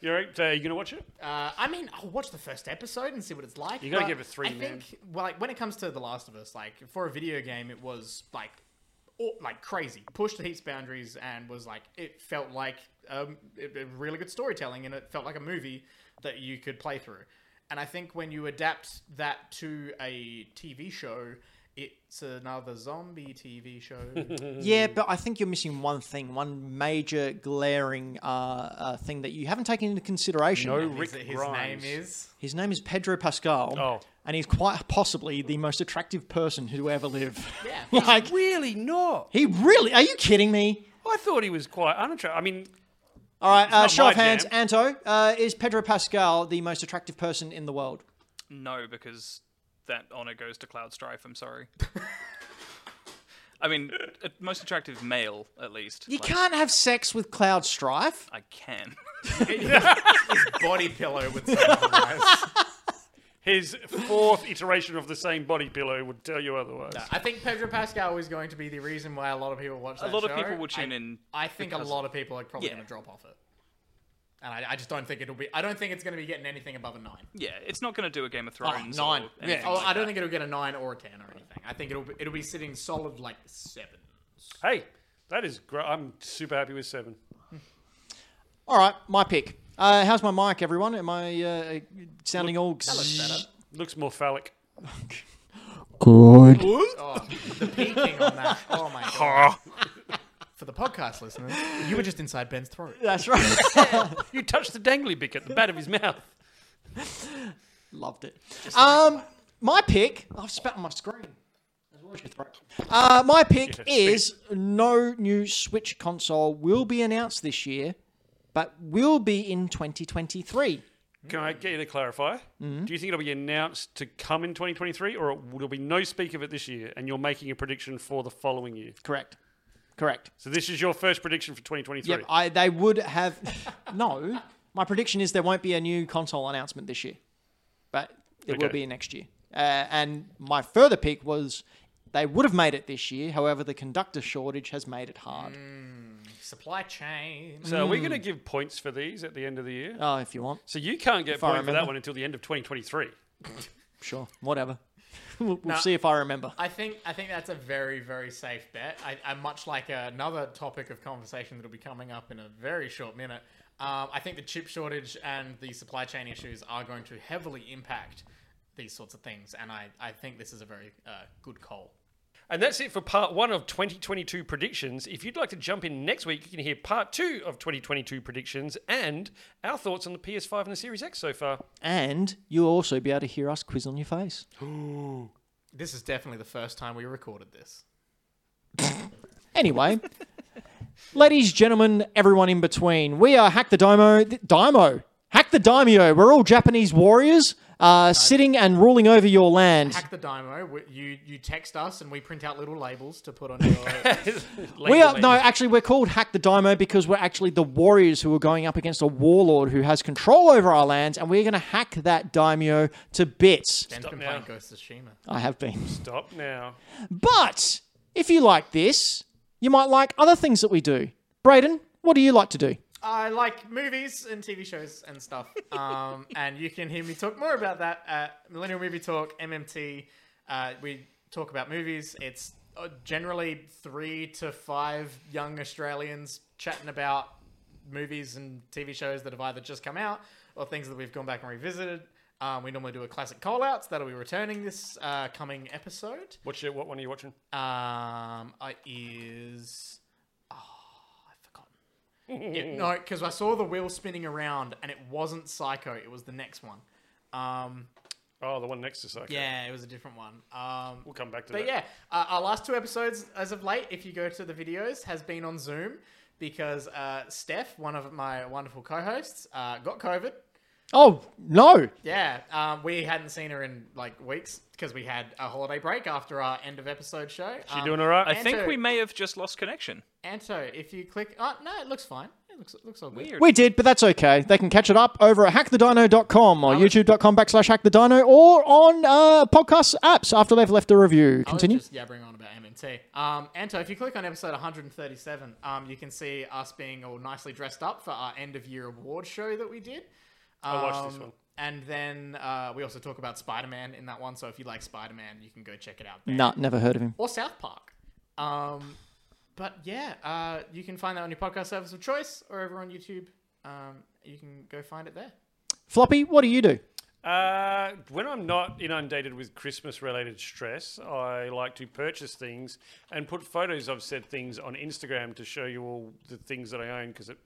S3: You're right. Uh, you gonna watch it?
S2: Uh, I mean, I'll watch the first episode and see what it's like. You
S3: gotta give it three,
S2: I
S3: man.
S2: think, well, like when it comes to The Last of Us, like for a video game, it was like, aw- like crazy, pushed the heat's boundaries, and was like, it felt like um, it, it really good storytelling, and it felt like a movie that you could play through. And I think when you adapt that to a TV show, it's another zombie TV show.
S3: Mm.
S1: Yeah, but I think you're missing one thing, one major glaring uh, uh, thing that you haven't taken into consideration.
S3: No,
S2: Is
S3: Oh, Rick
S2: that his
S3: Grimes.
S2: name is.
S1: His name is Pedro Pascal,
S3: Oh.
S1: and he's quite possibly the most attractive person who ever lived.
S2: Yeah.
S1: like
S3: Really not.
S1: he really? Are you kidding me?
S3: I thought he was quite unattractive. I mean,
S1: All right, uh,
S3: not
S1: show of
S3: my
S1: hands,
S3: jam.
S1: Anto. Uh, is Pedro Pascal the most attractive person in the world?
S4: No, because that honor goes to Cloud Strife. I'm sorry. I mean, a- most attractive male, at least.
S1: You
S4: Like,
S1: can't have sex with Cloud Strife.
S4: I can.
S2: Body pillow with some
S3: his fourth iteration of the same body pillow would tell you otherwise.
S2: Uh, I think Pedro Pascal is going to be the reason why a lot of people watch that
S4: A lot of
S2: show.
S4: people will tune
S2: I,
S4: in
S2: I think a
S4: because
S2: lot of people are probably
S4: Yeah.
S2: going to drop off it. And I, I just don't think it'll be. I don't think it's going to be getting anything above a nine.
S4: Yeah, it's not going to do a Game of Thrones.
S2: nine.
S4: Or
S2: Yeah.
S4: anything
S2: Oh,
S4: like
S2: I don't
S4: that.
S2: think it'll get a nine or a ten or anything. I think it'll be, it'll be sitting solid like seven.
S3: Hey, that is great. I'm super happy with seven.
S1: All right, my pick. Uh, how's my mic, everyone? Am I uh, sounding all
S2: Better.
S3: Looks more phallic.
S1: good?
S2: Oh, the peaking on that. Oh my god. For the podcast listeners, you were just inside Ben's throat.
S1: That's right.
S3: You touched the dangly bit at the back of his mouth.
S1: Loved it. Um, My pick. I've spat on my screen. As well as your throat. Uh, my pick is no new Switch console will be announced this year, but will be in 2023.
S3: Can I get you to clarify?
S2: Mm-hmm.
S3: Do you think it'll be announced to come in 2023, or will be no speak of it this year, and you're making a prediction for the following year?
S1: Correct. Correct.
S3: So this is your first prediction for 2023.
S1: Yep. I, they would have. no. My prediction is there won't be a new console announcement this year, but it will
S3: Okay.
S1: be next year. Uh, and my further pick was they would have made it this year. However, the conductor shortage has made it hard.
S2: Supply chain.
S3: so are we going to give points for these at the end of the year?
S1: Oh, if you want,
S3: so you can't get
S1: I
S3: points for that
S1: remember.
S3: one until the end of 2023.
S1: sure, whatever. we'll we'll see if I remember.
S2: I think I think that's a very very safe bet. I, I much like another topic of conversation that'll be coming up in a very short minute. Um, I think the chip shortage and the supply chain issues are going to heavily impact these sorts of things, and I, I think this is a very uh, good call.
S3: And that's it for part one of 2022 predictions. If you'd like to jump in next week, you can hear part two of 2022 predictions and our thoughts on the PS5 and the Series X so far.
S1: And you'll also be able to hear us quiz on your face.
S2: This is definitely the first time we recorded this.
S1: Anyway, ladies, gentlemen, everyone in between, we are Hack the Daimo. th- Daimo. Hack the Daimyo. We're all Japanese warriors uh, sitting and ruling over your land.
S2: Hack the Dymo. we- You you text us and we print out little labels to put on your.
S1: We are, no, actually, we're called Hack the Daimo because we're actually the warriors who are going up against a warlord who has control over our lands, and we're going to hack that daimyo to bits.
S2: Ben's been
S3: now.
S2: playing Ghost of Tsushima.
S1: I have been.
S3: Stop now.
S1: But if you like this, you might like other things that we do. Brayden, what do you like to do?
S2: I like movies and TV shows and stuff. Um, and you can hear me talk more about that at Millennial Movie Talk, MMT. Uh, we talk about movies. It's uh, generally three to five young Australians chatting about movies and TV shows that have either just come out or things that we've gone back and revisited. Um, we normally do a classic call outs that'll be returning this uh, coming episode.
S3: What's your, what one are you watching?
S2: Um, it is. Oh, I've forgotten. Yeah, no, because I saw the wheel spinning around, and it wasn't Psycho. It was the next one. Um,
S3: Oh, the one next to Psycho.
S2: yeah, it was a different one. Um,
S3: We'll come back to
S2: but
S3: that.
S2: yeah, uh, our last two episodes as of late, if you go to the videos, has been on Zoom because uh, Steph, one of my wonderful co-hosts, uh, got COVID.
S1: Oh, no.
S2: Yeah, um, we hadn't seen her in like weeks because we had a holiday break after our end of episode show. Um,
S3: You doing all right?
S4: I think
S2: Anto-
S4: we may have just lost connection.
S2: Anto, if you click, oh no, it looks fine. It looks it looks all good.
S4: Weird.
S1: We did, but that's okay. They can catch it up over at hackthedino.com or youtube.com backslash hackthedino or on uh, podcast apps after they've left a review.
S2: I was
S1: Continue.
S2: Just yabbering on about MMT. Um, Anto, if you click on episode 137, um, you can see us being all nicely dressed up for our end of year award show that we did. Um,
S3: I watched this one.
S2: And then uh, we also talk about Spider Man in that one. So if you like Spider Man, you can go check it out. There.
S1: Nah, never heard of him.
S2: Or South Park. Um, but yeah, uh, you can find that on your podcast service of choice or over on YouTube. Um, you can go find it there.
S1: Floppy, what do you do?
S3: Uh, when I'm not inundated with Christmas related stress, I like to purchase things and put photos of said things on Instagram to show you all the things that I own because it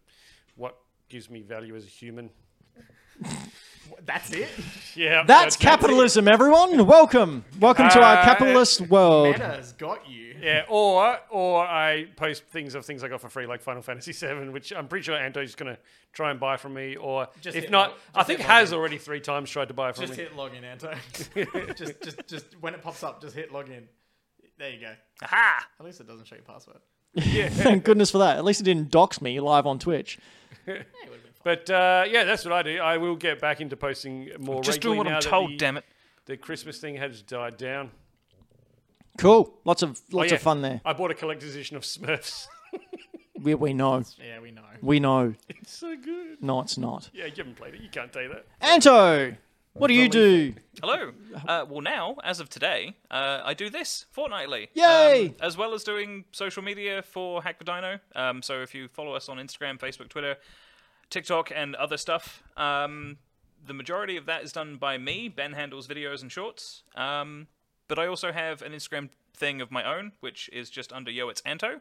S3: what gives me value as a human.
S2: That's it.
S3: Yeah,
S1: That's
S3: it.
S1: capitalism, everyone. Welcome. Welcome to our capitalist world.
S2: Meta's got you.
S3: Yeah, or or I post things of things I got for free, like Final Fantasy VII, which I'm pretty sure Anto's going to try and buy from me. Or
S2: Just
S3: if
S2: hit
S3: not,
S2: log- just
S3: I think
S2: hit log
S3: has
S2: in.
S3: already three times tried to buy from
S2: Just
S3: me.
S2: hit login, Anto. just, just, just when it pops up, just hit login. There you go.
S4: Aha!
S2: At least it doesn't show your password.
S1: Thank goodness for that. At least it didn't dox me live on Twitch.
S3: But uh, yeah, that's what I do. I will get back into posting more.
S4: Just
S3: regularly
S4: doing what
S3: now
S4: I'm
S3: that
S4: told,
S3: the-
S4: damn it.
S3: The Christmas thing has died down.
S1: Cool. Lots of
S3: Oh,
S1: lots
S3: yeah.
S1: of fun there.
S3: I bought a collector's edition of Smurfs.
S1: We, we know.
S2: Yeah, we know.
S1: We know.
S3: it's so good.
S1: No, it's not.
S3: Yeah, you haven't played it. You can't say that.
S1: Anto, what do you do?
S4: Hello. Uh, well, now, as of today, uh, I do this fortnightly.
S1: Yay!
S4: Um, as well as doing social media for Hack the Dino. Um, so if you follow us on Instagram, Facebook, Twitter, TikTok, and other stuff, um, the majority of that is done by me. Ben handles videos and shorts. Um, but I also have an Instagram thing of my own, which is just under Yo It's Anto.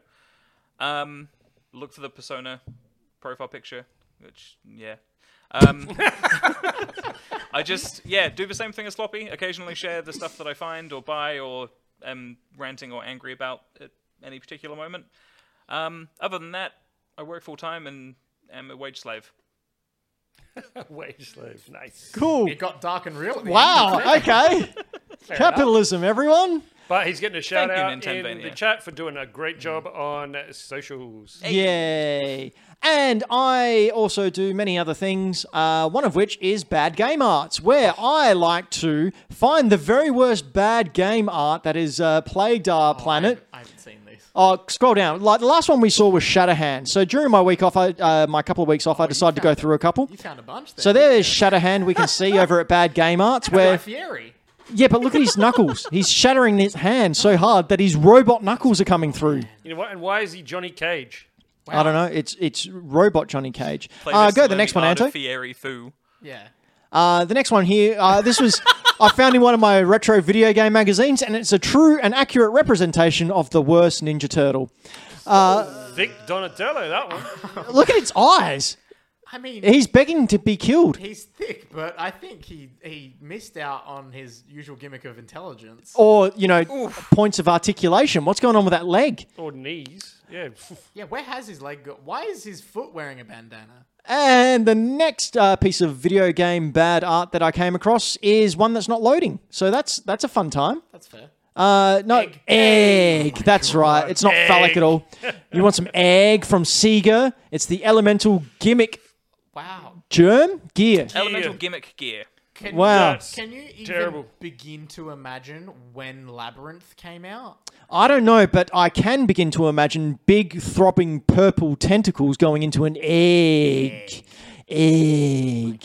S4: Um, look for the persona profile picture, which yeah. Um, I just yeah do the same thing as Sloppy. Occasionally share the stuff that I find or buy or am ranting or angry about at any particular moment. Um, other than that, I work full time and am a wage slave.
S3: Wage slave. Nice.
S1: Cool.
S2: It got dark and real. at the
S1: Wow. Okay. Capitalism, everyone.
S3: But he's getting a shout
S4: you,
S3: out in
S4: Nintendovania.
S3: the chat for doing a great job on socials.
S1: Yay. And I also do many other things, uh, one of which is bad game arts, where I like to find the very worst bad game art that has uh, plagued our
S2: end. I
S1: planet.
S2: haven't- I haven't seen these.
S1: Oh, scroll down. Like the last one we saw was Shatterhand. So during my week off, I, uh, my couple of weeks off, I decided to go
S2: found-
S1: through a couple.
S2: You found a bunch there.
S1: So there's Shatterhand we can see over at Bad Game Arts,
S2: Guy
S1: where
S2: Fieri.
S1: yeah, but look at his knuckles. He's shattering his hand so hard that his robot knuckles are coming through.
S3: You know what? And why is he Johnny Cage?
S1: I don't know. It's it's robot Johnny Cage.
S4: Play
S1: Uh,
S4: this
S1: go to the
S4: learning
S1: next one,
S4: art of
S1: Anto.
S4: Fieri Foo.
S2: Yeah.
S1: Uh, the next one here. Uh, this was I found in one of my retro video game magazines, and it's a true and accurate representation of the worst Ninja Turtle.
S3: Vic Donatello, that one.
S1: Look at its eyes.
S2: I mean,
S1: He's begging to be killed.
S2: he's thick, but I think he he missed out on his usual gimmick of intelligence.
S1: Or you know, points of articulation. What's going on with that leg?
S3: or knees. Yeah.
S2: Yeah, where has his leg got? Why is his foot wearing a bandana?
S1: And the next uh, piece of video game bad art that I came across is one that's not loading. So that's that's a fun time.
S2: That's fair.
S1: Uh, no, egg. that's right. It's not phallic at all. You want some egg from Sega? It's the elemental gimmick
S2: Wow.
S1: germ gear.
S4: Elemental gimmick gear.
S2: Can,
S1: Wow.
S3: That's
S2: Can you even
S3: terrible.
S2: begin to imagine when Labyrinth came out?
S1: I don't know, but I can begin to imagine big throbbing purple tentacles going into an egg. Egg.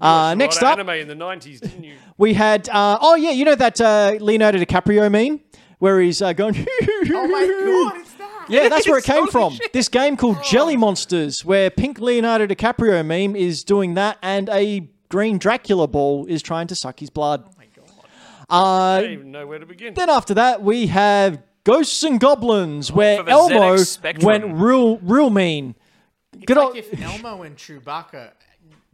S1: Uh, next
S3: a lot
S1: up,
S3: of anime in the nineties, didn't you?
S1: we had. Uh, oh yeah, you know that uh, Leonardo DiCaprio meme where he's uh, going.
S2: Oh my god, it's that!
S1: Yeah, that's where it came from. This game called
S4: Oh.
S1: Jelly Monsters, where pink Leonardo DiCaprio meme is doing that, and a green Dracula ball is trying to suck his blood.
S4: Oh
S3: I don't even know where to begin.
S1: Then after that, we have Ghosts and Goblins, where
S4: Oh, for the
S1: Elmo
S4: ZX Spectrum.
S1: went real, real mean. Good
S2: Like
S1: old,
S2: if Elmo and Chewbacca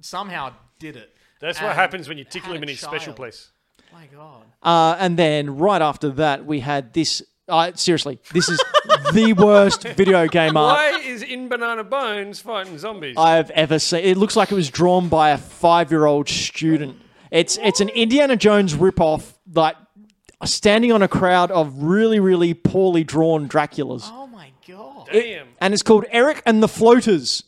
S2: somehow did it.
S3: That's
S2: and
S3: what happens when you tickle
S2: had
S3: him in
S2: a
S3: his special
S2: child.
S3: place.
S2: My god.
S1: uh, and then right after that, we had this. Uh, seriously, this is the worst video game art
S3: Why is in banana bones fighting zombies?
S1: I have ever seen. It looks like it was drawn by a five-year-old student. It's it's an Indiana Jones ripoff, like standing on a crowd of really, really poorly drawn Draculas,
S2: Oh my god.
S3: Damn.
S1: and it's called Eric and the Floaters.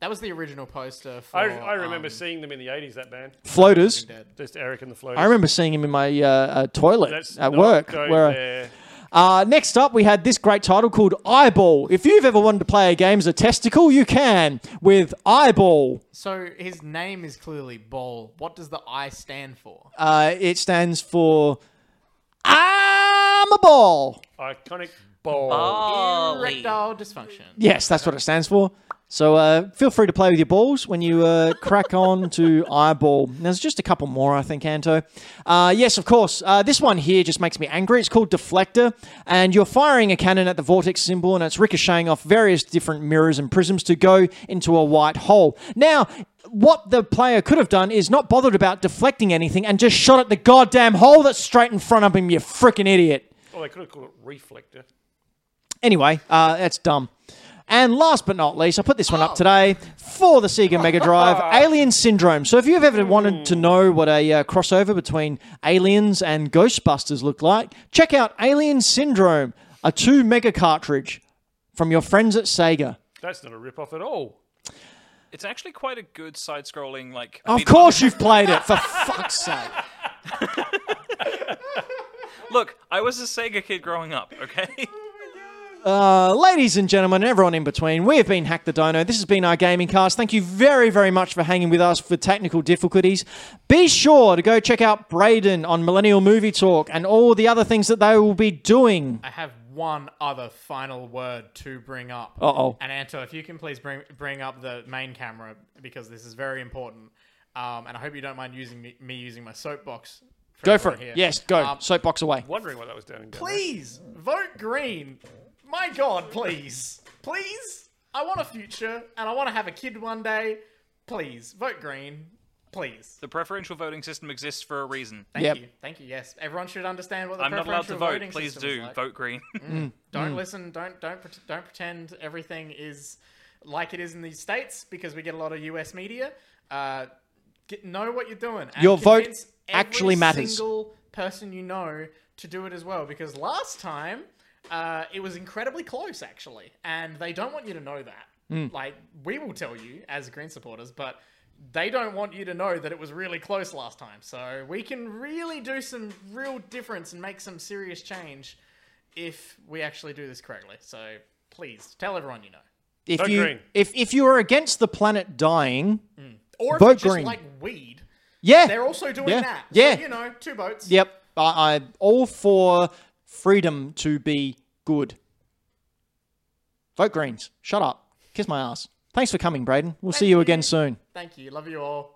S2: that was the original poster for.
S3: I, I remember
S2: um,
S3: seeing them in the eighties. That band,
S1: Floaters.
S3: just Eric and the Floaters.
S1: I remember seeing him in my uh, uh, toilet
S3: Let's
S1: at
S3: not
S1: work.
S3: go
S1: Where
S3: there.
S1: uh, next up, we had this great title called Eyeball. If you've ever wanted to play a game as a testicle, you can with Eyeball.
S2: So his name is clearly Ball. What does the I stand for?
S1: Uh, it stands for I'm a ball.
S3: Iconic ball.
S4: Holy.
S2: Erectile dysfunction.
S1: Yes, that's what it stands for. So uh, feel free to play with your balls when you uh, crack on to eyeball. And There's just a couple more, I think, Anto. Uh, yes, of course. Uh, this one here just makes me angry. It's called Deflector, and you're firing a cannon at the vortex symbol, and it's ricocheting off various different mirrors and prisms to go into a white hole. Now, what the player could have done is not bothered about deflecting anything and just shot at the goddamn hole that's straight in front of him. You freaking idiot.
S3: Oh, they could have called it reflector.
S1: Anyway, uh, that's dumb. And last but not least, I put this one up today for the Sega Mega Drive Alien Syndrome. So, if you've ever wanted to know what a uh, crossover between Aliens and Ghostbusters look like, check out Alien Syndrome, a 2 mega cartridge from your friends at Sega.
S3: That's not a rip-off at all.
S4: It's actually quite a good side-scrolling like. I
S1: Of
S4: mean,
S1: course, you've played it, for fuck's sake.
S4: Look, I was a Sega kid growing up. Okay.
S1: Uh, ladies and gentlemen, and everyone in between, we have been Hack the Dino. This has been our gaming cast. Thank you very, very much for hanging with us for technical difficulties. Be sure to go check out Braden on Millennial Movie Talk and all the other things that they will be doing.
S2: I have one other final word to bring up.
S1: Uh-oh.
S2: And Anto, if you can please bring bring up the main camera because this is very important. Um, and I hope you don't mind using me, me using my soapbox.
S1: Go for
S2: everyone
S1: it.
S2: here.
S1: Yes, go.
S2: Um,
S1: Soapbox away.
S3: Wondering what that was down in. down there.
S2: Please vote green. My God, please, please. I want a future, and I want to have a kid one day. Please vote green. Please.
S4: The preferential voting system exists for a reason.
S2: Thank
S1: Yep.
S2: you. Thank you. Yes, everyone should understand what the
S4: I'm not allowed to
S2: preferential
S4: vote.
S2: voting
S4: Please
S2: system is
S4: do
S2: like.
S4: vote green.
S2: Don't
S1: Mm.
S2: listen. Don't don't pret don't pretend everything is like it is in these states because we get a lot of U.S. media. Uh, get, know what you're doing. and
S1: Your vote
S2: convince every
S1: actually matters.
S2: Single person you know to do it as well because last time uh, it was incredibly close actually, and they don't want you to know that.
S1: Mm.
S2: Like we will tell you as Green supporters, but. They don't want you to know that it was really close last time, so we can really do some real difference and make some serious change if we actually do this correctly. So please tell everyone you know.
S1: If
S3: Vote
S1: you
S3: green.
S1: if if you are against the planet dying,
S2: Or if
S1: Vote
S2: you just
S1: green.
S2: like weed,
S1: yeah,
S2: they're also doing
S1: Yeah.
S2: that.
S1: Yeah.
S2: So, you know, two votes.
S1: yep, I, I'm all for freedom to be good. Vote Greens. Shut up. Kiss my ass. Thanks for coming, Braden. We'll see you again soon.
S2: Thank you. Love you all.